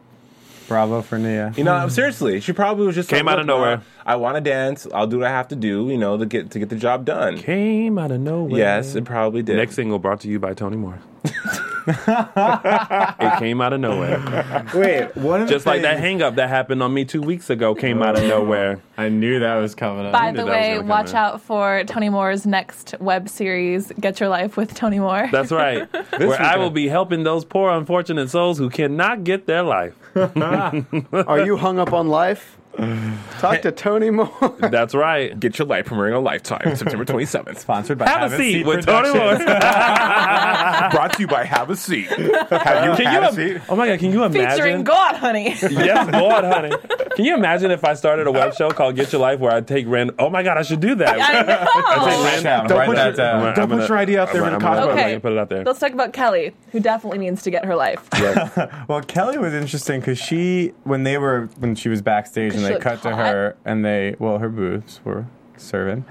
Speaker 6: Bravo for Nia.
Speaker 3: You know, seriously, she probably was just
Speaker 2: Came
Speaker 3: like,
Speaker 2: out of
Speaker 3: "Look, Ma,
Speaker 2: nowhere.
Speaker 3: I want to dance. I'll do what I have to do. You know, to get to get the job done.
Speaker 2: Came out of nowhere.
Speaker 3: Yes, it probably did.
Speaker 2: Next single brought to you by Tony Moore. it came out of nowhere.
Speaker 6: Wait, one of the
Speaker 2: Just like that
Speaker 6: things-
Speaker 2: hang up that happened on me two weeks ago came out of nowhere.
Speaker 6: I knew that was coming up.
Speaker 4: By
Speaker 2: knew
Speaker 4: the
Speaker 2: that was
Speaker 4: way,
Speaker 2: gonna come
Speaker 4: watch
Speaker 2: in.
Speaker 4: out for Tony Moore's next web series, Get Your Life with Tony Moore.
Speaker 2: That's right. Where I will be helping those poor unfortunate souls who cannot get their life.
Speaker 5: Are you hung up on life? Talk to Tony Moore.
Speaker 2: That's right.
Speaker 3: Get your life premiering on Lifetime, September 27th.
Speaker 6: sponsored by
Speaker 2: Have a seat with Tony
Speaker 6: Productions.
Speaker 2: Moore.
Speaker 3: Brought to you by Have a Seat. Have you had a
Speaker 2: Can you?
Speaker 3: seat?
Speaker 2: im- Oh my God! Can you
Speaker 4: Featuring
Speaker 2: imagine?
Speaker 4: God, honey.
Speaker 2: yes, Lord, honey. Can you imagine if I started a web show called Get Your Life where I take random? Oh my God, I should do that.
Speaker 4: I know.
Speaker 3: Don't
Speaker 6: Write that down,
Speaker 3: put
Speaker 6: write that
Speaker 3: your-
Speaker 6: down.
Speaker 3: don't put your idea out there
Speaker 2: I'm
Speaker 3: in the
Speaker 2: gonna-
Speaker 3: cosmos.
Speaker 2: I'm gonna
Speaker 4: Okay.
Speaker 2: put it out there.
Speaker 4: Let's talk about Kelly, who definitely needs to get her life.
Speaker 6: Well, Kelly was interesting because she, when they were, when she was backstage and
Speaker 4: she
Speaker 6: they
Speaker 4: looked
Speaker 6: cut to
Speaker 4: hot.
Speaker 6: her and they, well, her boobs were serving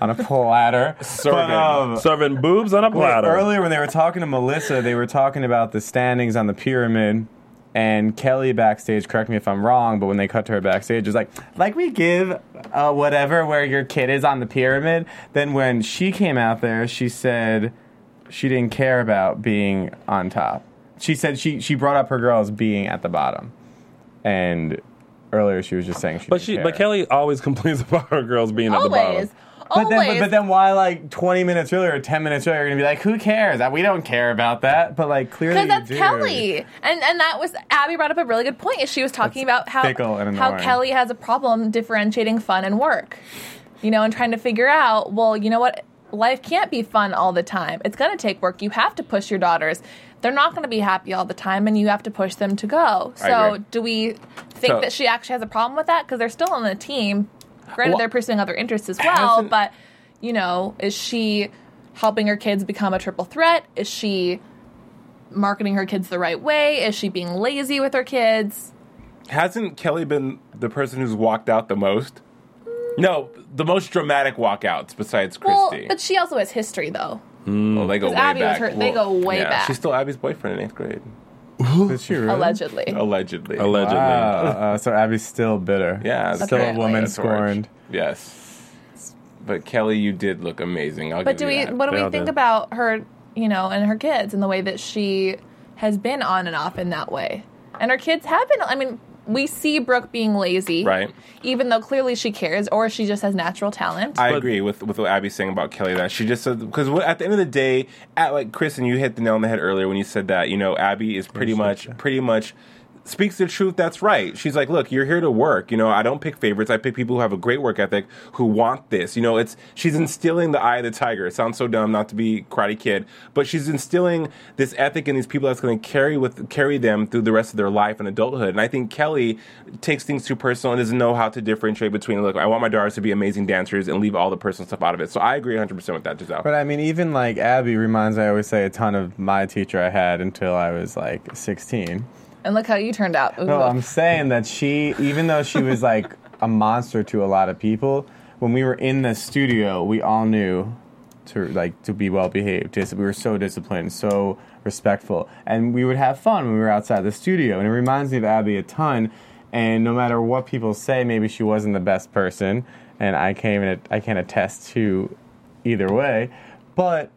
Speaker 6: on a platter.
Speaker 3: Serving.
Speaker 6: But, um,
Speaker 2: Serving boobs on a
Speaker 6: wait,
Speaker 2: platter.
Speaker 6: earlier when they were talking to Melissa, they were talking about the standings on the pyramid. And Kelly backstage, correct me if I'm wrong, but when they cut to her backstage, it was like, like we give uh, whatever where your kid is on the pyramid. Then when she came out there, she said she didn't care about being on top. She said she she brought up her girls being at the bottom, and earlier she was just saying she.
Speaker 2: but
Speaker 6: didn't
Speaker 2: she,
Speaker 6: care.
Speaker 2: but Kelly always complains about her girls being at the
Speaker 4: Always.
Speaker 2: bottom.
Speaker 6: But
Speaker 4: Always.
Speaker 6: then, but, but then why like 20 minutes earlier or 10 minutes earlier, you're going to be like, who cares? Uh, We don't care about that. But like clearly
Speaker 4: because
Speaker 6: you
Speaker 4: that's
Speaker 6: do.
Speaker 4: Kelly, and and that was Abby brought up a really good point. Is she was talking
Speaker 6: That's
Speaker 4: about how
Speaker 6: fickle and
Speaker 4: how
Speaker 6: annoying.
Speaker 4: Kelly has a problem differentiating fun and work, you know, and trying to figure out. Well, you know what, life can't be fun all the time. It's going to take work. You have to push your daughters. They're not going to be happy all the time, and you have to push them to go.
Speaker 3: I
Speaker 4: So,
Speaker 3: agree.
Speaker 4: do we think
Speaker 3: So-
Speaker 4: that she actually has a problem with that? Because they're still on the team. Granted,
Speaker 3: Well,
Speaker 4: they're pursuing other interests as well,
Speaker 3: hasn't-
Speaker 4: but you know, is she helping her kids become a triple threat? Is she marketing her kids the right way? Is she being lazy with her kids?
Speaker 3: Hasn't Kelly been the person who's walked out the most? No, the most dramatic walkouts besides
Speaker 4: Well,
Speaker 3: Christy.
Speaker 4: but she also has history though.
Speaker 3: Well, they go
Speaker 4: 'cause
Speaker 3: way
Speaker 4: Abby was
Speaker 3: back.
Speaker 4: hurt- they go way
Speaker 3: yeah,
Speaker 4: back.
Speaker 3: She's still Abby's boyfriend in eighth grade,
Speaker 6: Did she really?
Speaker 4: Allegedly.
Speaker 3: allegedly.
Speaker 2: Allegedly.
Speaker 6: Wow. uh, so Abby's still bitter.
Speaker 3: Yeah,
Speaker 6: Still a
Speaker 4: Apparently.
Speaker 6: woman
Speaker 3: That's orange.
Speaker 6: scorned.
Speaker 3: Yes. But Kelly, you did look amazing. I'll
Speaker 4: But do
Speaker 3: give
Speaker 4: we?
Speaker 3: you that.
Speaker 4: What do
Speaker 2: They
Speaker 4: we
Speaker 2: all
Speaker 4: think
Speaker 2: did.
Speaker 4: about her? You know, and her kids and the way that she has been on and off in that way. And her kids have been. I mean, we see Brooke being lazy,
Speaker 3: Right.
Speaker 4: Even though clearly she cares, or she just has natural talent.
Speaker 3: I
Speaker 2: But-
Speaker 3: agree with with what Abby's saying about Kelly. That she just said because at the end of the day, at like Chris and you hit the nail on the head earlier when you said that you know Abby is pretty much pretty much speaks the truth. That's right. She's like, look, you're here to work. You know, I don't pick favorites. I pick people who have a great work ethic who want this. You know, it's she's instilling the eye of the tiger. It sounds so dumb not to be Karate Kid, but she's instilling this ethic in these people that's going to carry with carry them through the rest of their life and adulthood. And I think Kelly takes things too personal and doesn't know how to differentiate between look, I want my daughters to be amazing dancers and leave all the personal stuff out of it. So I agree 100 percent with that, Giselle.
Speaker 6: But I mean, even like Abby reminds I always say a ton of my teacher I had until I was like 16.
Speaker 4: and look how you turned out. Ooh.
Speaker 6: No, I'm saying that she, even though she was like a monster to a lot of people, when we were in the studio, we all knew to like to be well behaved. Dis- We were so disciplined, so respectful, and we would have fun when we were outside the studio. And it reminds me of Abby a ton. And no matter what people say, maybe she wasn't the best person, and I came and I can attest to either way, but.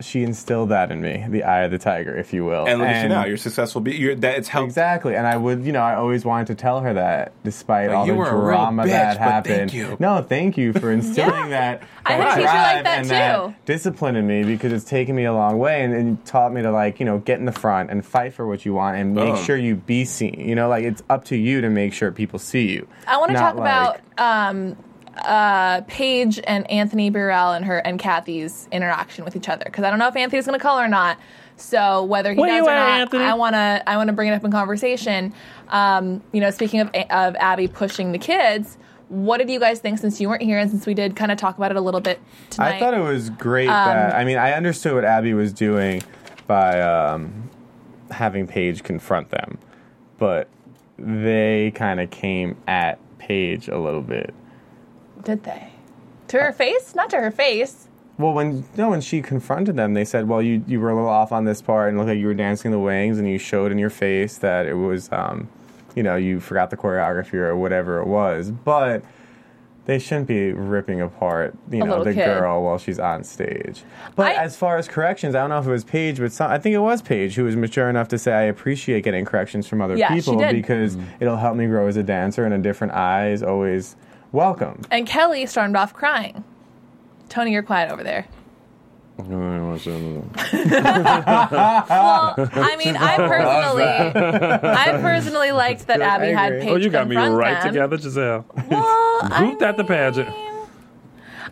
Speaker 6: She instilled that in me, the eye of the tiger, if you will.
Speaker 3: and look at you now, you're successful. Be- You're, that it's helped.
Speaker 6: Exactly, and I would, you know, I always wanted to tell her that, despite
Speaker 3: Like,
Speaker 6: all
Speaker 3: you
Speaker 6: the
Speaker 3: were a real
Speaker 6: drama
Speaker 3: bitch,
Speaker 6: that
Speaker 3: but thank
Speaker 6: happened.
Speaker 3: you.
Speaker 6: No, thank you for instilling that.
Speaker 4: I had
Speaker 6: that
Speaker 4: a teacher
Speaker 6: drive
Speaker 4: like that
Speaker 6: and
Speaker 4: too.
Speaker 6: discipline in me because it's taken me a long way and, and taught me to like, you know, get in the front and fight for what you want and make
Speaker 3: Boom.
Speaker 6: sure you be seen. You know, like it's up to you to make sure people see you.
Speaker 4: I want to
Speaker 6: not
Speaker 4: talk
Speaker 6: like-
Speaker 4: about um, uh, Paige and Anthony Burrell and her and Kathy's interaction with each other because I don't know if Anthony's going to call or not. So whether he
Speaker 2: What do
Speaker 4: does
Speaker 2: you
Speaker 4: or
Speaker 2: wear,
Speaker 4: not,
Speaker 2: Anthony?
Speaker 4: I want to I want to bring it up in conversation. Um, you know, speaking of of Abby pushing the kids, what did you guys think since you weren't here and since we did kind of talk about it a little bit tonight?
Speaker 6: I thought it was great that I mean I understood what Abby was doing by um, having Paige confront them, but they kind of came at Paige a little bit.
Speaker 4: did they to
Speaker 6: Uh,
Speaker 4: her face, not to her face.
Speaker 6: Well, when no, when she confronted them, they said, "Well, you you were a little off on this part, and looked like you were dancing the wings, and you showed in your face that it was, um, you know, you forgot the choreography or whatever it was." But they shouldn't be ripping apart, you
Speaker 4: A
Speaker 6: know,
Speaker 4: little
Speaker 6: the
Speaker 4: kid.
Speaker 6: girl while she's on stage. But
Speaker 4: I-
Speaker 6: as far as corrections, I don't know if it was Paige, but some, I think it was Paige who was mature enough to say, "I appreciate getting corrections from other
Speaker 4: Yeah, she
Speaker 6: people
Speaker 4: did.
Speaker 6: because it'll help me grow as a dancer, and a different eye is always welcome."
Speaker 4: And Kelly stormed off crying. Tony, you're quiet over there. Well, I mean, I personally, I personally liked that Abby had
Speaker 6: angry.
Speaker 4: Paige
Speaker 2: Oh, you got me
Speaker 4: confront
Speaker 2: right
Speaker 4: them.
Speaker 2: together, Giselle.
Speaker 4: Well, I
Speaker 2: Group that the pageant.
Speaker 4: mean,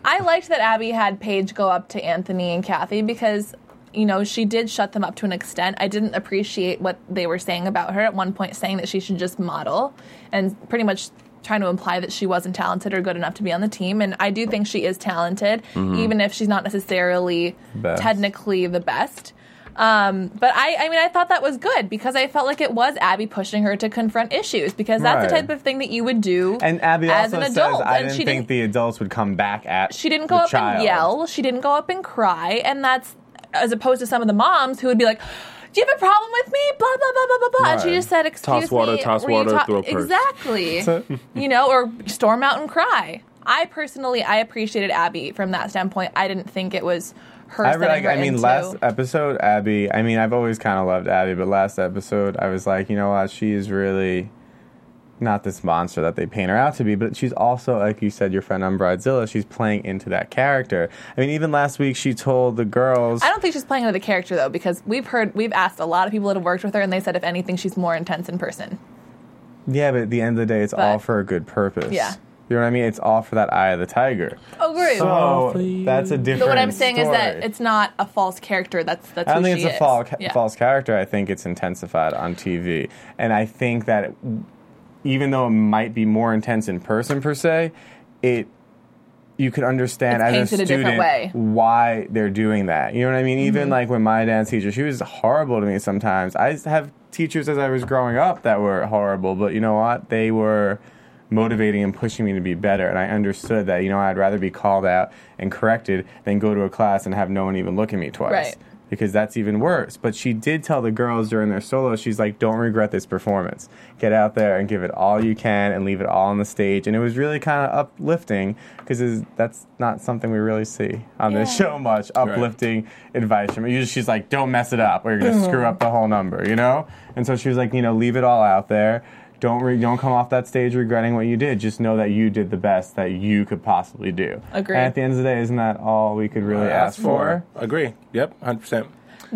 Speaker 4: I liked that Abby had Paige go up to Anthony and Kathy because. You know, she did shut them up to an extent. I didn't appreciate what they were saying about her at one point, saying that she should just model and pretty much trying to imply that she wasn't talented or good enough to be on the team. And I do think she is talented,
Speaker 2: Mm-hmm.
Speaker 4: even if she's not necessarily
Speaker 6: Best.
Speaker 4: technically the best. Um, but I, I mean, I thought that was good because I felt like it was Abby pushing her to confront issues because that's the
Speaker 6: Right.
Speaker 4: type of thing that you would do
Speaker 6: And Abby
Speaker 4: as
Speaker 6: also
Speaker 4: an adult.
Speaker 6: says, I
Speaker 4: and
Speaker 6: didn't
Speaker 4: she
Speaker 6: think
Speaker 4: didn't,
Speaker 6: the adults would come back at
Speaker 4: she didn't go
Speaker 6: the
Speaker 4: up
Speaker 6: child.
Speaker 4: and yell. She didn't go up and cry. And that's as opposed to some of the moms who would be like, "Do you have a problem with me?" Blah blah blah blah blah blah. And she
Speaker 6: Right.
Speaker 4: just said, "Excuse
Speaker 3: Toss water,
Speaker 4: me."
Speaker 3: toss
Speaker 4: were you
Speaker 3: water,
Speaker 4: ta-
Speaker 3: throw a purse.
Speaker 4: Exactly. you know, or storm out and cry. I personally, I appreciated Abby from that standpoint. I didn't think it was her.
Speaker 6: I,
Speaker 4: setting
Speaker 6: like,
Speaker 4: her
Speaker 6: I mean, uh,
Speaker 4: into-
Speaker 6: last episode, Abby. I mean, I've always kind of loved Abby, but last episode, I was like, you know what? She is really not this monster that they paint her out to be, but she's also, like you said, your friend on Bridezilla. She's playing into that character. I mean, even last week, she told the girls.
Speaker 4: I don't think she's playing into the character though, because we've heard we've asked a lot of people that have worked with her, and they said if anything, she's more intense in person.
Speaker 6: yeah, but at the end of the day, it's
Speaker 4: But-
Speaker 6: all for a good purpose.
Speaker 4: Yeah.
Speaker 6: You know what I mean? It's all for that eye of the tiger.
Speaker 4: Agreed.
Speaker 6: So that's a different.
Speaker 4: but what I'm saying is that
Speaker 6: story.
Speaker 4: it's not a false character. That's that's.
Speaker 6: I don't
Speaker 4: who
Speaker 6: think
Speaker 4: she
Speaker 6: it's a
Speaker 4: is.
Speaker 6: false,
Speaker 4: Yeah.
Speaker 6: false character. I think it's intensified on TV, and I think that it, even though it might be more intense in person per se, it you can understand
Speaker 4: It's
Speaker 6: as a
Speaker 4: painted a different
Speaker 6: student
Speaker 4: way. Mm-hmm.
Speaker 6: why they're doing that. You know what I mean? Even like when my dance teacher, she was horrible to me sometimes. I used to have teachers as I was growing up that were horrible, but you know what? They were motivating and pushing me to be better and I understood that, you know, I'd rather be called out and corrected than go to a class and have no one even look at me twice.
Speaker 4: Right.
Speaker 6: because that's even worse. But she did tell the girls during their solo, she's like, don't regret this performance. Get out there and give it all you can and leave it all on the stage. And it was really kind of uplifting because that's not something we really see on this
Speaker 4: Yeah.
Speaker 6: show much uplifting advice from her. Usually she's like, don't mess it up or you're going
Speaker 4: Mm-hmm.
Speaker 6: to screw up the whole number, you know? And so she was like, you know, leave it all out there. Don't re- don't come off that stage regretting what you did. Just know that you did the best that you could possibly do.
Speaker 4: Agreed.
Speaker 6: And at the end of the day, isn't that all we could really ask for?
Speaker 3: Agree. Yep, 100%.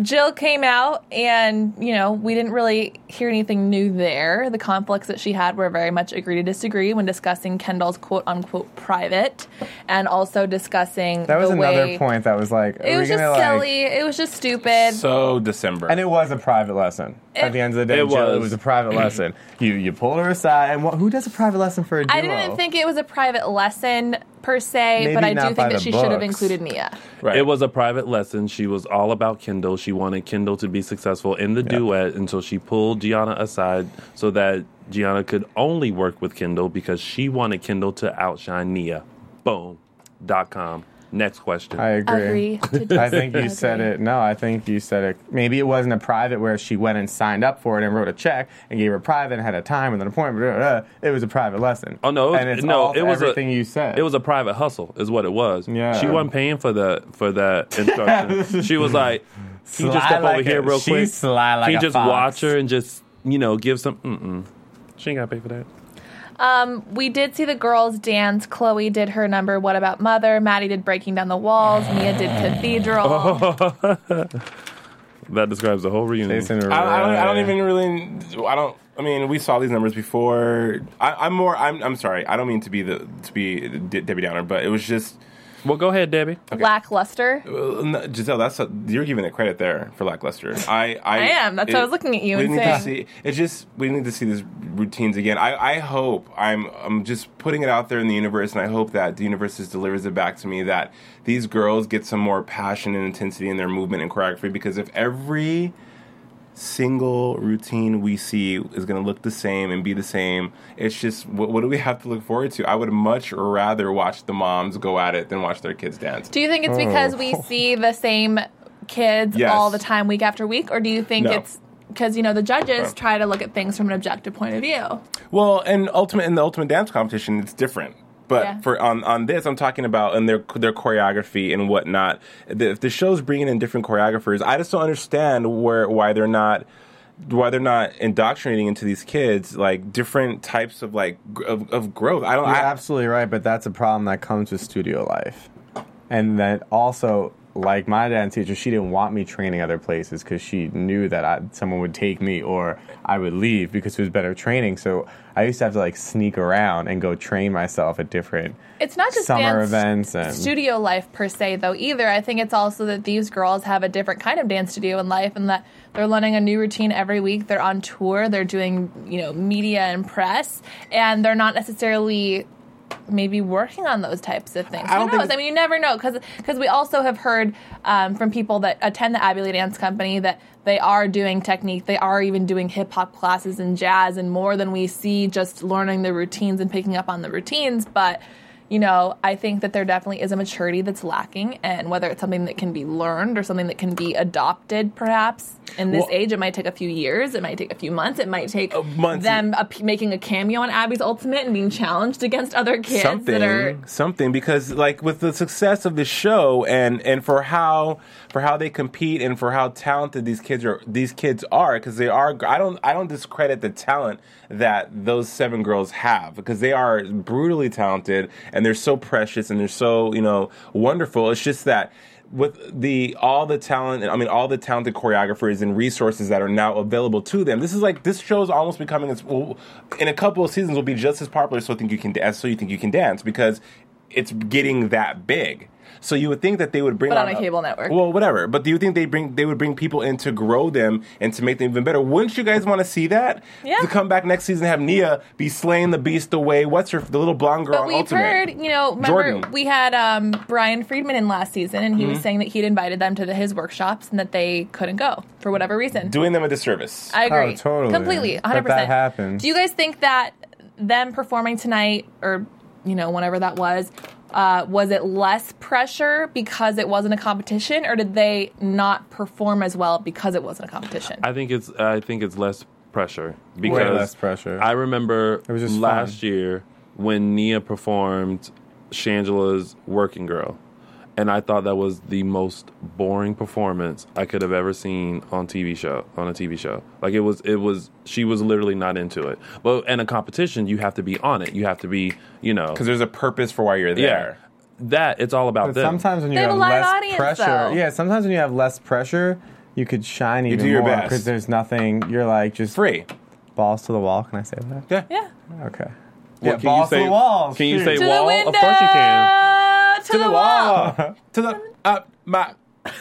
Speaker 4: Jill came out, and you know we didn't really hear anything new there. The conflicts that she had were very much agree to disagree when discussing Kendall's quote unquote private, and also discussing
Speaker 6: That was
Speaker 4: the
Speaker 6: another
Speaker 4: way
Speaker 6: point that was like,
Speaker 4: It
Speaker 6: are
Speaker 4: was
Speaker 6: we
Speaker 4: just
Speaker 6: gonna, like-
Speaker 4: silly. It was just stupid.
Speaker 3: So December.
Speaker 6: And it was a private lesson. At the end of the day,
Speaker 2: It
Speaker 6: it was, it
Speaker 2: was.
Speaker 6: was a private lesson. You you pulled her aside, and what, who does a private lesson for a duo?
Speaker 4: I didn't think it was a private lesson per se,
Speaker 6: Maybe
Speaker 4: but I
Speaker 6: not
Speaker 4: do
Speaker 6: by
Speaker 4: think that
Speaker 6: the
Speaker 4: she should have
Speaker 6: books.
Speaker 4: included Nia.
Speaker 3: right.
Speaker 2: It was a private lesson. She was all about Kendall. She wanted Kendall to be successful in the duet, and so she pulled Gianna aside so that Gianna could only work with Kendall because she wanted Kendall to outshine Nia. Boom. Dot com. Next question.
Speaker 6: I agree.
Speaker 4: Agree to
Speaker 6: I think you
Speaker 4: disagree.
Speaker 6: said it. No, I think you said it. Maybe it wasn't a private where she went and signed up for it and wrote a check and gave her private and had a time and an appointment. blah, blah, blah. uh, It was a private lesson.
Speaker 2: Oh no! It was,
Speaker 6: and it's
Speaker 2: no,
Speaker 6: all
Speaker 2: it was a-
Speaker 6: everything you said.
Speaker 2: It was a private hustle, is what it was.
Speaker 6: Yeah.
Speaker 2: she wasn't paying for that for that instruction. she was like, "Can you just
Speaker 6: Sly
Speaker 2: step over
Speaker 6: like
Speaker 2: here
Speaker 6: a-
Speaker 2: real
Speaker 6: she's
Speaker 2: quick?
Speaker 6: sly like
Speaker 2: Can you
Speaker 6: a
Speaker 2: just
Speaker 6: fox.
Speaker 2: watch her and just you know give some?" Mm-mm. She ain't got to pay for that.
Speaker 4: We did see the girls dance. Chloe did her number, What About Mother? Maddie did Breaking Down the Walls. Mia did Cathedral.
Speaker 3: Oh.
Speaker 2: That describes the whole reunion.
Speaker 6: Jason
Speaker 3: I, I, don't, I don't
Speaker 6: Roy.
Speaker 3: even really. I don't. I mean, we saw these numbers before. I, I'm more. I'm. I'm sorry. I don't mean to be the to be De- Debbie Downer, but it was just
Speaker 2: Well, go ahead, Debbie.
Speaker 4: Lackluster.
Speaker 3: uh, no, Giselle. That's a, you're giving it credit there for lackluster. I. I,
Speaker 4: I am. That's why I was looking at you
Speaker 3: We
Speaker 4: and
Speaker 3: need to
Speaker 4: saying-
Speaker 3: see. It's just we need to see these routines again. I. I hope. I'm. I'm just putting it out there in the universe, and I hope that the universe just delivers it back to me that these girls get some more passion and intensity in their movement and choreography because if every single routine we see is going to look the same and be the same. It's just what, what do we have to look forward to? I would much rather watch the moms go at it than watch their kids dance.
Speaker 4: Do you think it's because we see the same kids
Speaker 3: Oh. Yes.
Speaker 4: all the time, week after week? Or do you think
Speaker 3: No.
Speaker 4: it's because, you know, the judges try to look at things from an objective point of view?
Speaker 3: Well, and ultimate in the ultimate dance competition, it's different. But
Speaker 4: Yeah.
Speaker 3: for on, on this, I'm talking about and their their choreography and whatnot. The, if the show's bringing in different choreographers, I just don't understand where why they're not why they're not indoctrinating into these kids like different types of like gr- of, of growth. I don't.
Speaker 6: You're
Speaker 3: I,
Speaker 6: absolutely right, but that's a problem that comes with studio life. And then also, like my dance teacher, she didn't want me training other places because she knew that I, someone would take me or I would leave because it was better training. So I used to have to like sneak around and go train myself at different
Speaker 4: It's not just
Speaker 6: summer
Speaker 4: dance
Speaker 6: events and
Speaker 4: studio life per se though either i think it's also that these girls have a different kind of dance studio in life and that they're learning a new routine every week they're on tour they're doing you know media and press and they're not necessarily maybe working on those types of things
Speaker 3: I don't
Speaker 4: who
Speaker 3: think
Speaker 4: knows
Speaker 3: it's-
Speaker 4: i mean you never know because we also have heard um, from people that attend the abbey Lee dance company that they are doing technique they are even doing hip-hop classes and jazz and more than we see just learning the routines and picking up on the routines but you know, I think that there definitely is a maturity that's lacking, and whether it's something that can be learned or something that can be adopted, perhaps in this
Speaker 3: Well-
Speaker 4: age, it might take a few years, it might take a few months, it might take
Speaker 3: months.
Speaker 4: them ap- making a cameo on Abby's Ultimate and being challenged against other kids
Speaker 3: something
Speaker 4: that are.
Speaker 3: something because like with the success of the show and and for how for how they compete and for how talented these kids are these kids are because they are I don't I don't discredit the talent that those seven girls have because they are brutally talented and they're so precious and they're so you know wonderful it's just that with the all the talent and I mean all the talented choreographers and resources that are now available to them. This is like this show's almost becoming as well, in a couple of seasons will be just as popular so I think you can as so you think you can dance because it's getting that big. So you would think that they would bring
Speaker 4: But on a cable network.
Speaker 3: Well, whatever. But do you think they bring they would bring people in to grow them and to make them even better? Wouldn't you guys want to see that?
Speaker 4: Yeah.
Speaker 3: To come back next season and have Nia be slaying the beast away. What's her the little blonde girl
Speaker 4: But
Speaker 3: on
Speaker 4: we've
Speaker 3: Ultimate?
Speaker 4: heard, you know, remember
Speaker 3: Jordan.
Speaker 4: we had um, Brian Friedman in last season, and he was saying that he'd invited them to the, his workshops and that they couldn't go for whatever reason.
Speaker 3: doing them a disservice.
Speaker 4: I agree.
Speaker 6: Oh, totally.
Speaker 4: Completely. 100%.
Speaker 6: But that happens.
Speaker 4: Do you guys think that them performing tonight or, you know, whenever that was uh, was it less pressure because it wasn't a competition, or did they not perform as well because it wasn't a competition?
Speaker 2: I think it's I think it's less pressure because
Speaker 6: less pressure.
Speaker 2: I remember
Speaker 6: was just
Speaker 2: last year when Nia performed Shangela's Working Girl, and I thought that was the most boring performance I could have ever seen on TV show on a TV show. Like it was it was she was literally not into it. But in a competition, you have to be on it. You have to be you know
Speaker 3: because there's a purpose for why you're
Speaker 2: yeah
Speaker 3: there.
Speaker 2: that it's all about
Speaker 6: But
Speaker 2: them.
Speaker 6: sometimes when you
Speaker 4: They have
Speaker 6: have,
Speaker 4: a live
Speaker 6: less
Speaker 4: audience,
Speaker 6: pressure,
Speaker 4: though.
Speaker 6: yeah. Sometimes when you have less pressure, you could shine even
Speaker 3: do your
Speaker 6: more
Speaker 3: best.
Speaker 6: because there's nothing. You're like just
Speaker 3: Free.
Speaker 6: balls to the wall. Can I say that?
Speaker 4: yeah.
Speaker 6: Okay.
Speaker 3: Yeah,
Speaker 6: can you balls to say- the walls.
Speaker 2: Can you
Speaker 6: Shoot.
Speaker 2: say
Speaker 4: To
Speaker 2: wall?
Speaker 4: the window.
Speaker 2: Of course you can.
Speaker 4: To, the, wall.
Speaker 3: to the up my.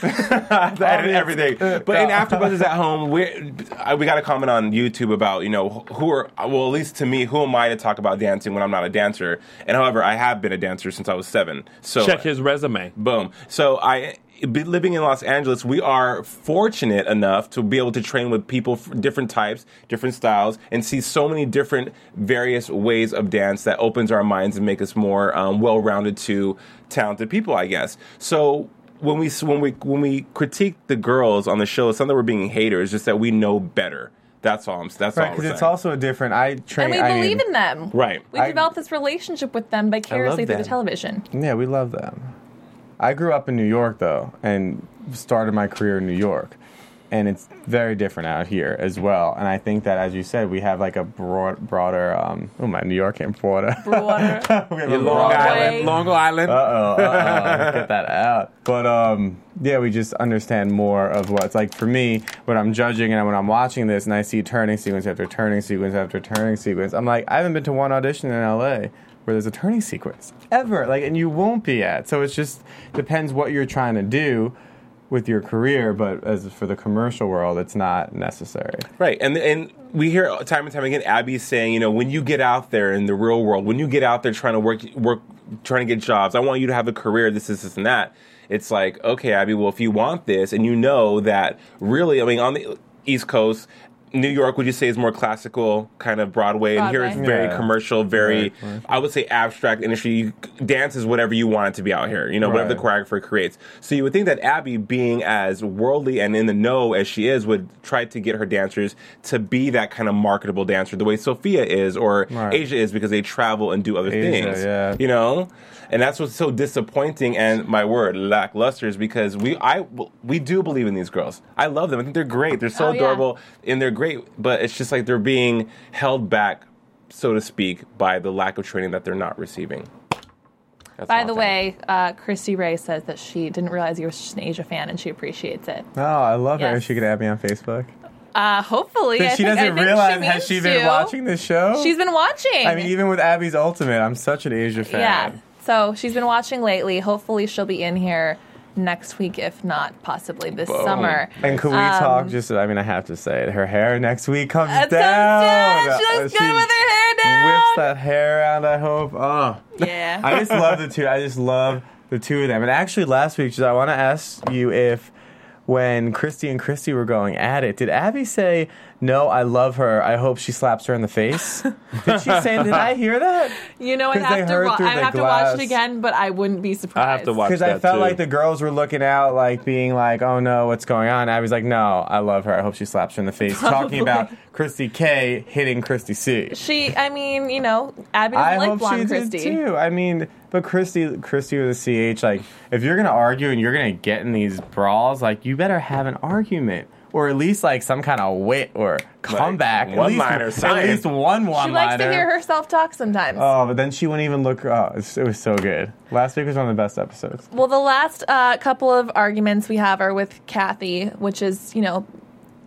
Speaker 3: I edited everything, but in AfterBuzz is at home. We I, we got a comment on YouTube about you know who are well at least to me who am I to talk about dancing when I'm not a dancer? And however, I have been a dancer since I was seven. So
Speaker 2: Check his resume.
Speaker 3: Boom. So I be- living in Los Angeles, we are fortunate enough to be able to train with people f- different types, different styles, and see so many different various ways of dance that opens our minds and make us more um, well-rounded to talented people, I guess. So when we s- when we when we critique the girls on the show, it's not that we're being haters, just that we know better. That's all I'm. That's
Speaker 6: Right,
Speaker 3: all. I'm
Speaker 6: because it's
Speaker 3: saying.
Speaker 6: also a different. I train.
Speaker 4: And we
Speaker 6: I
Speaker 4: believe
Speaker 6: mean,
Speaker 4: in them.
Speaker 3: Right.
Speaker 4: We
Speaker 6: I-
Speaker 4: developed this relationship with them vicariously through
Speaker 3: them.
Speaker 4: the television.
Speaker 6: Yeah, we love them. I grew up in New York though, and started my career in New York, and it's very different out here as well. And I think that, as you said, we have like a broad, broader. Um, oh my, New York and broader.
Speaker 4: Water.
Speaker 6: we have a
Speaker 3: Long
Speaker 6: broader-
Speaker 3: Island. Long Island.
Speaker 4: Uh,
Speaker 6: get that out. But um, yeah, we just understand more of what's like for me when I'm judging and when I'm watching this, and I see turning sequence after turning sequence after turning sequence. I'm like, I haven't been to one audition in LA where there's a turning sequence ever, like, and you won't be at. So it's just depends what you're trying to do with your career, but as for the commercial world, it's not necessary.
Speaker 3: Right, and and we hear time and time again Abby saying, you know, when you get out there in the real world, when you get out there trying to work, work, trying to get jobs, I want you to have a career. This, this, this, and that. It's like, okay, Abby, well, if you want this, and you know that really, I mean, on the East Coast, New York, would you say is more classical kind of Broadway, and here it's
Speaker 4: Broadway.
Speaker 3: very
Speaker 6: Yeah.
Speaker 3: commercial, very,
Speaker 6: Right, right.
Speaker 3: I would say abstract industry. You, dance is whatever you want it to be out here, you know, whatever the
Speaker 6: Right.
Speaker 3: choreographer creates. So you would think that Abby, being as worldly and in the know as she is, would try to get her dancers to be that kind of marketable dancer, the way Sophia is or
Speaker 6: Right.
Speaker 3: Asia is, because they travel and do other
Speaker 6: Asia,
Speaker 3: things.
Speaker 6: yeah.
Speaker 3: You know, and that's what's so disappointing and my word lackluster is because we I we do believe in these girls. I love them. I think they're great. They're so
Speaker 4: Oh, yeah.
Speaker 3: adorable and they're great. But it's just like they're being held back. So to speak, by the lack of training that they're not receiving. That's
Speaker 4: By
Speaker 3: my
Speaker 4: the
Speaker 3: thing.
Speaker 4: way, uh, Christy Ray says that she didn't realize you were just an Asia fan and she appreciates it.
Speaker 6: Oh, I love her.
Speaker 4: Yes.
Speaker 6: She could add me on Facebook.
Speaker 4: Uh, hopefully, I
Speaker 6: she
Speaker 4: think- I
Speaker 6: doesn't
Speaker 4: think she
Speaker 6: realize has
Speaker 4: means
Speaker 6: she been
Speaker 4: to.
Speaker 6: watching this show?
Speaker 4: She's been watching.
Speaker 6: I mean, even with Abby's Ultimate, I'm such an Asia fan.
Speaker 4: yeah. So she's been watching lately. Hopefully, she'll be in here next week, if not possibly this summer.
Speaker 6: And can we
Speaker 4: Um,
Speaker 6: talk? Just, I mean, I have to say it. Her hair next week comes
Speaker 4: That comes
Speaker 6: down.
Speaker 4: down. She
Speaker 6: Uh,
Speaker 4: looks good with her hair down.
Speaker 6: Whips that hair out. I hope. Oh,
Speaker 4: Yeah.
Speaker 6: I just love the two. I just love the two of them. And actually, last week, Giselle, I want to ask you if when Christy and Christy were going at it, did Abby say, "No, I love her. I hope she slaps her in the face"? did she say? Did I hear that?
Speaker 4: you know, I
Speaker 6: 'Cause they
Speaker 4: have to.
Speaker 6: heard
Speaker 4: Wa-
Speaker 6: through
Speaker 4: I
Speaker 6: the
Speaker 4: have to watch
Speaker 6: glass.
Speaker 4: it again, but I wouldn't be surprised.
Speaker 2: I have to watch
Speaker 6: Because
Speaker 2: that
Speaker 6: I felt
Speaker 2: too.
Speaker 6: like the girls were looking out, like being like, "Oh no, what's going on?" I was like, "No, I love her. I hope she slaps her in the face." Talking
Speaker 4: Probably.
Speaker 6: about Christy K hitting Christy C.
Speaker 4: She, I mean, you know, Abby doesn't
Speaker 6: I
Speaker 4: like
Speaker 6: hope she
Speaker 4: blonde Christy.
Speaker 6: did too. I mean, but Christy, Christy with a ch. Like, if you're gonna argue and you're gonna get in these brawls, like you better have an argument. Or at least like some kind of wit or comeback, At least-
Speaker 3: one-liner,
Speaker 6: at
Speaker 3: science.
Speaker 6: least one one.
Speaker 4: She likes to hear herself talk sometimes.
Speaker 6: Oh, but then she wouldn't even look. Oh, it's- it was so good. Last week was one of the best episodes.
Speaker 4: Well, the last uh, couple of arguments we have are with Kathy, which is, you know,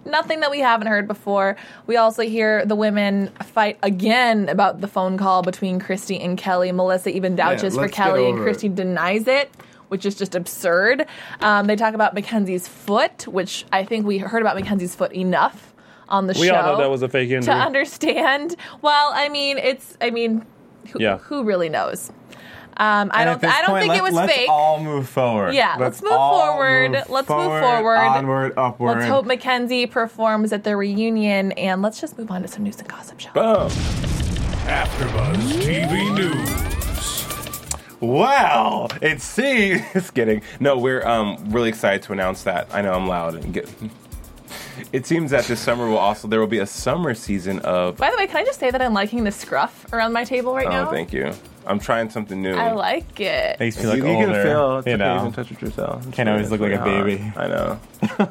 Speaker 4: nothing that we haven't heard before. We also hear the women fight again about the phone call between Christy and Kelly. Melissa even vouches for
Speaker 6: let's get
Speaker 4: Kelly, and
Speaker 6: over it.
Speaker 4: Christy denies it. Which is just absurd. Um, they talk about Mackenzie's foot, which I think we heard about Mackenzie's foot enough on the
Speaker 2: We
Speaker 4: show.
Speaker 2: all know that was a fake injury.
Speaker 4: to understand. Well, I mean, it's. I mean, who,
Speaker 2: Yeah.
Speaker 4: who really knows? Um, I don't.
Speaker 6: And at this
Speaker 4: I don't
Speaker 6: point,
Speaker 4: think it was
Speaker 6: let's- let's
Speaker 4: fake.
Speaker 6: all move forward.
Speaker 4: Yeah, let's move
Speaker 6: all
Speaker 4: forward. Let's move forward.
Speaker 6: Onward, upward.
Speaker 4: Let's hope Mackenzie performs at the reunion, and let's just move on to some news
Speaker 3: Oh,
Speaker 4: and gossip show.
Speaker 3: Boom.
Speaker 7: AfterBuzz TV News.
Speaker 3: Well, it seems. Just kidding. No, we're um, really excited to announce that. I know I'm loud and get. It seems that this summer will also there will be a summer season of.
Speaker 4: By the way, can I just say that I'm liking the scruff around my table right now?
Speaker 3: Oh, thank you. I'm trying something new.
Speaker 4: I like it.
Speaker 6: Makes me
Speaker 3: You,
Speaker 6: look
Speaker 3: you
Speaker 6: older.
Speaker 3: can fail. It's
Speaker 6: you
Speaker 3: okay,
Speaker 6: know.
Speaker 3: You can touch with yourself. It's
Speaker 6: Can't always
Speaker 3: really-
Speaker 6: look
Speaker 3: it's
Speaker 6: like a
Speaker 3: really
Speaker 6: baby.
Speaker 3: hard. I know.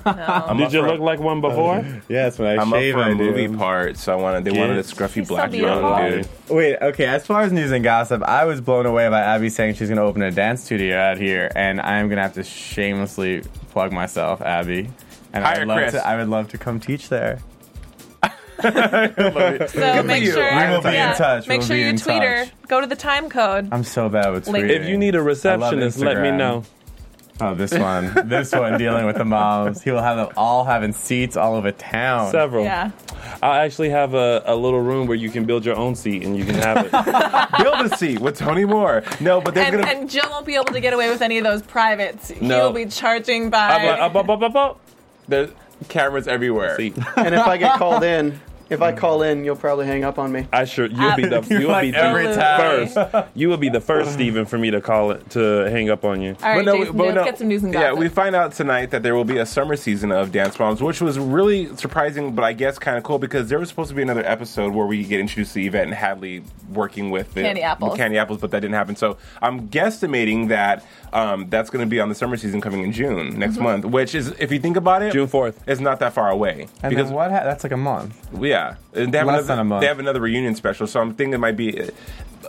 Speaker 4: No.
Speaker 3: up
Speaker 2: Did you
Speaker 3: for a-
Speaker 2: look like one before?
Speaker 6: yeah, that's when I
Speaker 3: I'm up
Speaker 6: shave.
Speaker 3: for
Speaker 6: I
Speaker 3: a
Speaker 6: do.
Speaker 3: movie part, so I wanted. They wanted a scruffy
Speaker 4: She's so
Speaker 3: black young
Speaker 4: beautiful.
Speaker 3: dude.
Speaker 6: Wait, okay. As far as news and gossip, I was blown away by Abby saying she's going to open a dance studio out here, and I'm going to have to shamelessly plug myself, Abby. And I
Speaker 3: Hire
Speaker 6: would love
Speaker 3: Chris.
Speaker 6: to. I would love to come teach there.
Speaker 4: So make
Speaker 3: you.
Speaker 4: sure,
Speaker 6: We will be in
Speaker 4: yeah,
Speaker 6: touch.
Speaker 4: Make
Speaker 6: We'll
Speaker 4: sure
Speaker 6: be
Speaker 4: you
Speaker 6: in
Speaker 4: tweet her. Go to the time code.
Speaker 6: I'm so bad with
Speaker 4: Like-
Speaker 6: tweeting.
Speaker 2: If you need a receptionist, let me
Speaker 6: Instagram.
Speaker 2: know.
Speaker 6: oh, this one, this one, dealing with the moms. He will have them all having seats all over town.
Speaker 2: Several.
Speaker 4: Yeah.
Speaker 2: I actually have a, a little room where you can build your own seat and you can have it.
Speaker 3: Build a seat with Tony Moore. No, but they're
Speaker 4: And,
Speaker 3: gonna.
Speaker 4: and Jill won't be able to get away with any of those privates.
Speaker 3: No.
Speaker 4: He'll be charging by.
Speaker 2: I'm like, up, up, up, up, up.
Speaker 3: there's cameras everywhere.
Speaker 2: Seat.
Speaker 5: And if I get called in, if I call in, you'll probably hang up on me.
Speaker 2: I sure you'll be the you'll be the
Speaker 6: every
Speaker 4: time.
Speaker 2: first. You will be the first Steven for me to call it to hang up on you.
Speaker 4: All right,
Speaker 3: we-
Speaker 4: Jason, let's get some news and
Speaker 3: yeah,
Speaker 4: gossip.
Speaker 3: we find out tonight that there will be a summer season of Dance Moms, which was really surprising, but I guess kind of cool because there was supposed to be another episode where we get introduced to Yvette and Hadley working with the
Speaker 4: Candy apples.
Speaker 3: with candy apples, but that didn't happen. So I'm guesstimating that um, that's going to be on the summer season coming in June
Speaker 4: Mm-hmm.
Speaker 3: next month, which is, if you think about it,
Speaker 2: June 4th.
Speaker 3: It's not that far away because
Speaker 6: And because what? Ha- that's like a month.
Speaker 3: yeah, and they have
Speaker 6: Less
Speaker 3: another
Speaker 6: than a month.
Speaker 3: they have another reunion special, so I'm thinking it might be a,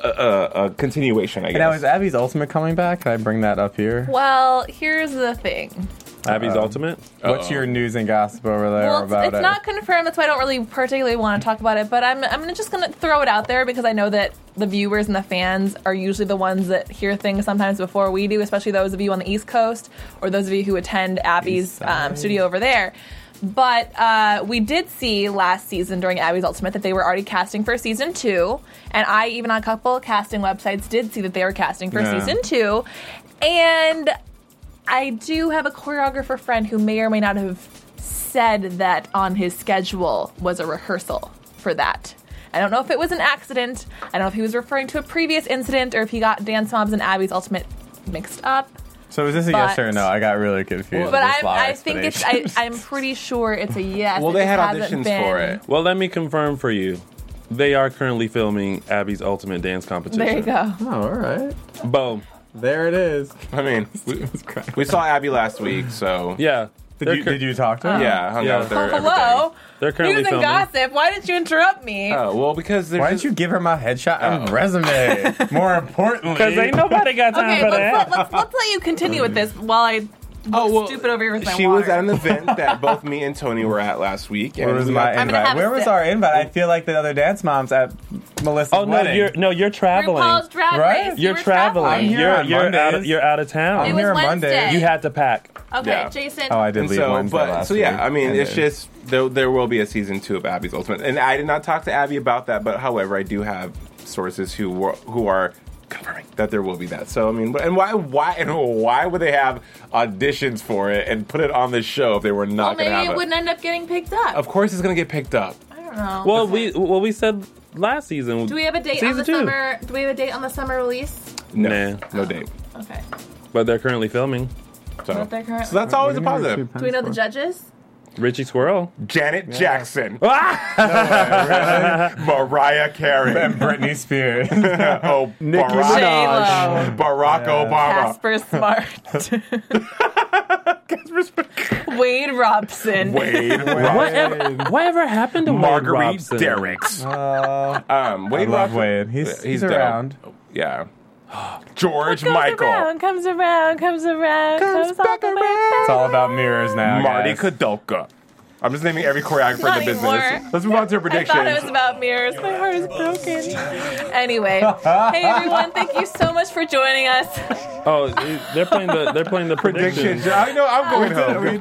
Speaker 3: a, a, a continuation. I guess.
Speaker 6: And now is Abby's ultimate coming back? Can I bring that up here?
Speaker 4: well, here's the thing.
Speaker 2: Abby's ultimate.
Speaker 6: What's your news and gossip over there
Speaker 4: Well, it's,
Speaker 6: about
Speaker 4: it's
Speaker 6: it?
Speaker 4: not confirmed. That's why I don't really particularly want to talk about it. But I'm, I'm just going to throw it out there because I know that the viewers and the fans are usually the ones that hear things sometimes before we do, especially those of you on the East Coast or those of you who attend Abby's um, studio over there. But uh, we did see last season during Abby's Ultimate that they were already casting for season two. And I, even on a couple casting websites, did see that they were casting for
Speaker 6: Yeah.
Speaker 4: season two. And I do have a choreographer friend who may or may not have said that on his schedule was a rehearsal for that. I don't know if it was an accident. I don't know if he was referring to a previous incident or if he got Dance Moms and Abby's Ultimate mixed up.
Speaker 6: so is this a
Speaker 4: but-
Speaker 6: yes or no? I got really confused.
Speaker 4: But
Speaker 6: with this
Speaker 4: I,
Speaker 6: flower
Speaker 4: I think it's. I,
Speaker 6: explanation.
Speaker 4: I'm pretty sure it's a yes.
Speaker 3: well,
Speaker 4: It
Speaker 3: they
Speaker 4: just
Speaker 3: had
Speaker 4: hasn't
Speaker 3: auditions for
Speaker 4: been-
Speaker 3: it.
Speaker 2: Well, let me confirm for you. They are currently filming Abby's ultimate dance competition.
Speaker 4: There you go.
Speaker 6: oh, all right.
Speaker 2: Boom.
Speaker 6: There it is.
Speaker 3: I mean, we, we saw Abby last week, so
Speaker 2: Yeah.
Speaker 6: Did
Speaker 2: They're
Speaker 6: you,
Speaker 2: cur-
Speaker 6: did you talk to him?
Speaker 3: yeah, hung
Speaker 2: Yeah.
Speaker 3: out with her.
Speaker 4: Oh,
Speaker 3: every
Speaker 4: hello.
Speaker 2: They're currently
Speaker 4: News and
Speaker 2: filming.
Speaker 4: gossip. Why didn't you interrupt me?
Speaker 3: day. Oh well, because
Speaker 6: Why didn't you give her my headshot and resume? More importantly,
Speaker 2: Because ain't nobody got time
Speaker 4: okay,
Speaker 2: for
Speaker 4: let's, let,
Speaker 2: that.
Speaker 4: let's, let's let you continue with this while I look
Speaker 3: Oh, well,
Speaker 4: stupid over here with my
Speaker 3: She
Speaker 4: water.
Speaker 3: was at an event that both me and Tony were at last week.
Speaker 6: Where
Speaker 3: and
Speaker 6: was
Speaker 3: we got-
Speaker 6: my
Speaker 4: gonna have
Speaker 6: invite?
Speaker 4: a
Speaker 6: Where was
Speaker 4: sip.
Speaker 6: our invite? I feel like the other dance moms at Melissa's
Speaker 2: Oh no,
Speaker 6: wedding.
Speaker 2: you're no, you're traveling.
Speaker 4: RuPaul's Drag
Speaker 6: Right?
Speaker 4: Race. You
Speaker 2: you're
Speaker 4: were
Speaker 2: traveling.
Speaker 6: I'm here
Speaker 2: You're
Speaker 6: on
Speaker 2: you're out of,
Speaker 6: Mondays.
Speaker 2: you're out of town.
Speaker 4: It
Speaker 6: I'm
Speaker 4: was
Speaker 6: here on
Speaker 4: Wednesday.
Speaker 6: Monday.
Speaker 2: you had to pack.
Speaker 4: Okay,
Speaker 3: Yeah.
Speaker 4: Jason.
Speaker 6: Oh, I did
Speaker 3: And
Speaker 6: leave
Speaker 3: so,
Speaker 6: Wednesday
Speaker 3: but
Speaker 6: last
Speaker 3: so yeah,
Speaker 6: week.
Speaker 3: I mean,
Speaker 6: And
Speaker 3: it's
Speaker 6: then-
Speaker 3: just there, there will be a season two of Abby's Ultimate, and I did not talk to Abby about that. But however, I do have sources who were, who are confirming that there will be that. So I mean, but- and why why and why would they have auditions for it and put it on the show if they were
Speaker 4: well,
Speaker 3: not
Speaker 4: maybe
Speaker 3: going to have
Speaker 4: it
Speaker 3: it?
Speaker 4: wouldn't end up getting picked up.
Speaker 3: of course, it's going to get picked up.
Speaker 4: I don't know.
Speaker 2: Well, we well we said last season.
Speaker 4: do we have a date on the summer? Do we have a date on the summer release?
Speaker 3: No,
Speaker 2: Nah.
Speaker 3: no date.
Speaker 4: Okay.
Speaker 2: But they're currently filming.
Speaker 3: So,
Speaker 4: Not there currently.
Speaker 3: so that's always a positive.
Speaker 4: Do we know the judges?
Speaker 2: Richie Squirrel.
Speaker 3: Janet Jackson. Mariah Carey.
Speaker 6: Britney Spears.
Speaker 3: oh,
Speaker 5: Nicki
Speaker 4: J-Lo.
Speaker 3: Barack, Barack Obama.
Speaker 4: Casper Smart. Wade Robson.
Speaker 3: Wade Robson.
Speaker 2: Whatever, whatever happened to Wade
Speaker 3: Marguerite
Speaker 2: Robson?
Speaker 3: Derricks.
Speaker 6: Oh,
Speaker 3: Um,
Speaker 6: I
Speaker 3: Wade
Speaker 6: love
Speaker 3: Robson-
Speaker 6: Wade. He's, he's,
Speaker 3: dope.
Speaker 6: around.
Speaker 3: Yeah. George
Speaker 4: Comes
Speaker 3: Michael.
Speaker 4: around, comes around, comes around, comes, back all the way
Speaker 6: It's all about mirrors now.
Speaker 3: Marty
Speaker 6: guys.
Speaker 3: Kadoka. I'm just naming every choreographer
Speaker 4: Not
Speaker 3: in the business.
Speaker 4: anymore.
Speaker 3: Let's move on to your
Speaker 4: I
Speaker 3: predictions.
Speaker 4: thought it was about mirrors. My heart is broken. Anyway, hey everyone, thank you so much for joining us.
Speaker 2: Oh, they're playing the they're playing the predictions.
Speaker 3: predictions. I know
Speaker 4: Oh.
Speaker 3: I'm going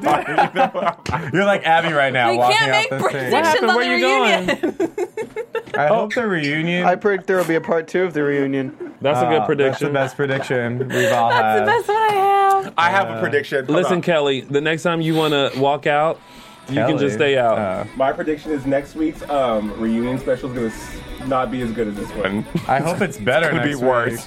Speaker 3: home.
Speaker 6: You're like Abby right now.
Speaker 4: We
Speaker 6: walking
Speaker 4: can't
Speaker 6: out
Speaker 4: make
Speaker 6: this thing.
Speaker 2: What
Speaker 4: predictions
Speaker 2: happened?
Speaker 4: on
Speaker 2: Where
Speaker 4: the
Speaker 2: you going?
Speaker 4: reunion.
Speaker 6: I hope the reunion.
Speaker 5: I predict there will be a part two of the reunion.
Speaker 2: That's a
Speaker 6: Uh,
Speaker 2: good prediction.
Speaker 6: That's the best prediction we've all
Speaker 4: That's
Speaker 6: had.
Speaker 4: the best one I have.
Speaker 3: I have a prediction. Hold
Speaker 2: Listen,
Speaker 3: on.
Speaker 2: Kelly, the next time you want to walk out, you can just
Speaker 6: Kelly.
Speaker 2: stay out.
Speaker 6: Uh,
Speaker 3: My prediction is next week's um, reunion special is going to not be as good as this one.
Speaker 6: I hope it's better.
Speaker 3: Could be
Speaker 6: next
Speaker 3: worse.
Speaker 6: week.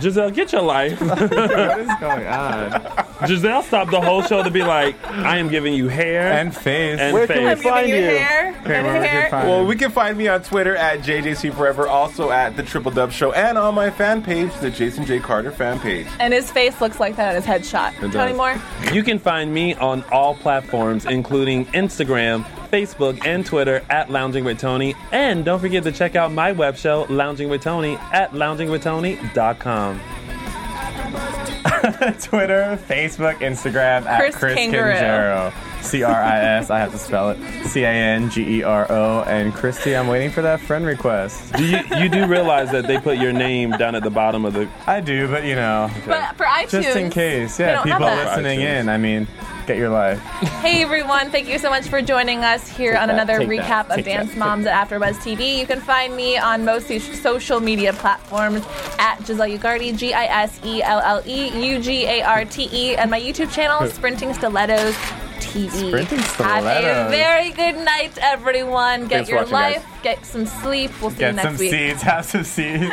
Speaker 2: Giselle, get your life.
Speaker 6: What is going on?
Speaker 2: Giselle stopped the whole show to be like, I am giving you hair
Speaker 6: And face.
Speaker 2: and
Speaker 5: Where can
Speaker 2: face.
Speaker 4: I'm giving
Speaker 5: Find
Speaker 4: you
Speaker 5: you.
Speaker 4: hair
Speaker 6: Okay,
Speaker 4: and
Speaker 6: Robert, you're
Speaker 4: hair.
Speaker 6: fine.
Speaker 3: Well, we can find me on Twitter at JJC Forever, also at the Triple Dub Show, and on my fan page, the Jason J. Carter fan page.
Speaker 4: And his face looks like that on his headshot.
Speaker 3: does.
Speaker 4: Tony Moore.
Speaker 2: You can find me on all platforms, including Instagram, Facebook, and Twitter at Lounging with Tony. And don't forget to check out my web show, Lounging with Tony, at loungingwithtony.com.
Speaker 6: Twitter, Facebook, Instagram at
Speaker 4: Chris
Speaker 6: Chris,
Speaker 4: Kangaroo.
Speaker 6: Kangero. C R I S, I have to spell it. C A N G E R O. And Christy, I'm waiting for that friend request.
Speaker 2: Do you, you do realize that they put your name down at the bottom of the.
Speaker 6: I do, but you know,
Speaker 4: But for iTunes,
Speaker 6: just in case.
Speaker 4: we
Speaker 6: Yeah,
Speaker 4: don't
Speaker 6: people
Speaker 4: have that.
Speaker 6: listening
Speaker 2: iTunes.
Speaker 6: in, I mean, get your life.
Speaker 4: Hey everyone, thank you so much for joining us here on
Speaker 6: that,
Speaker 4: another
Speaker 6: take that,
Speaker 4: recap of
Speaker 6: take
Speaker 4: Dance
Speaker 6: that,
Speaker 4: Moms at AfterBuzz TV. You can find me on most so- social media platforms at Giselle Ugardi, E G-I-S-E-L-L-E-U-G-A-R-T-E, E, and my YouTube channel, Sprinting Stilettos TV.
Speaker 6: Sprinting
Speaker 4: Have a
Speaker 6: Stilettos.
Speaker 4: very good night, everyone. Get
Speaker 3: Thanks for
Speaker 4: your
Speaker 3: watching, guys.
Speaker 4: life, get some sleep. We'll see you
Speaker 6: Get
Speaker 4: next
Speaker 6: some
Speaker 4: week.
Speaker 6: seeds, have some seeds.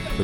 Speaker 8: The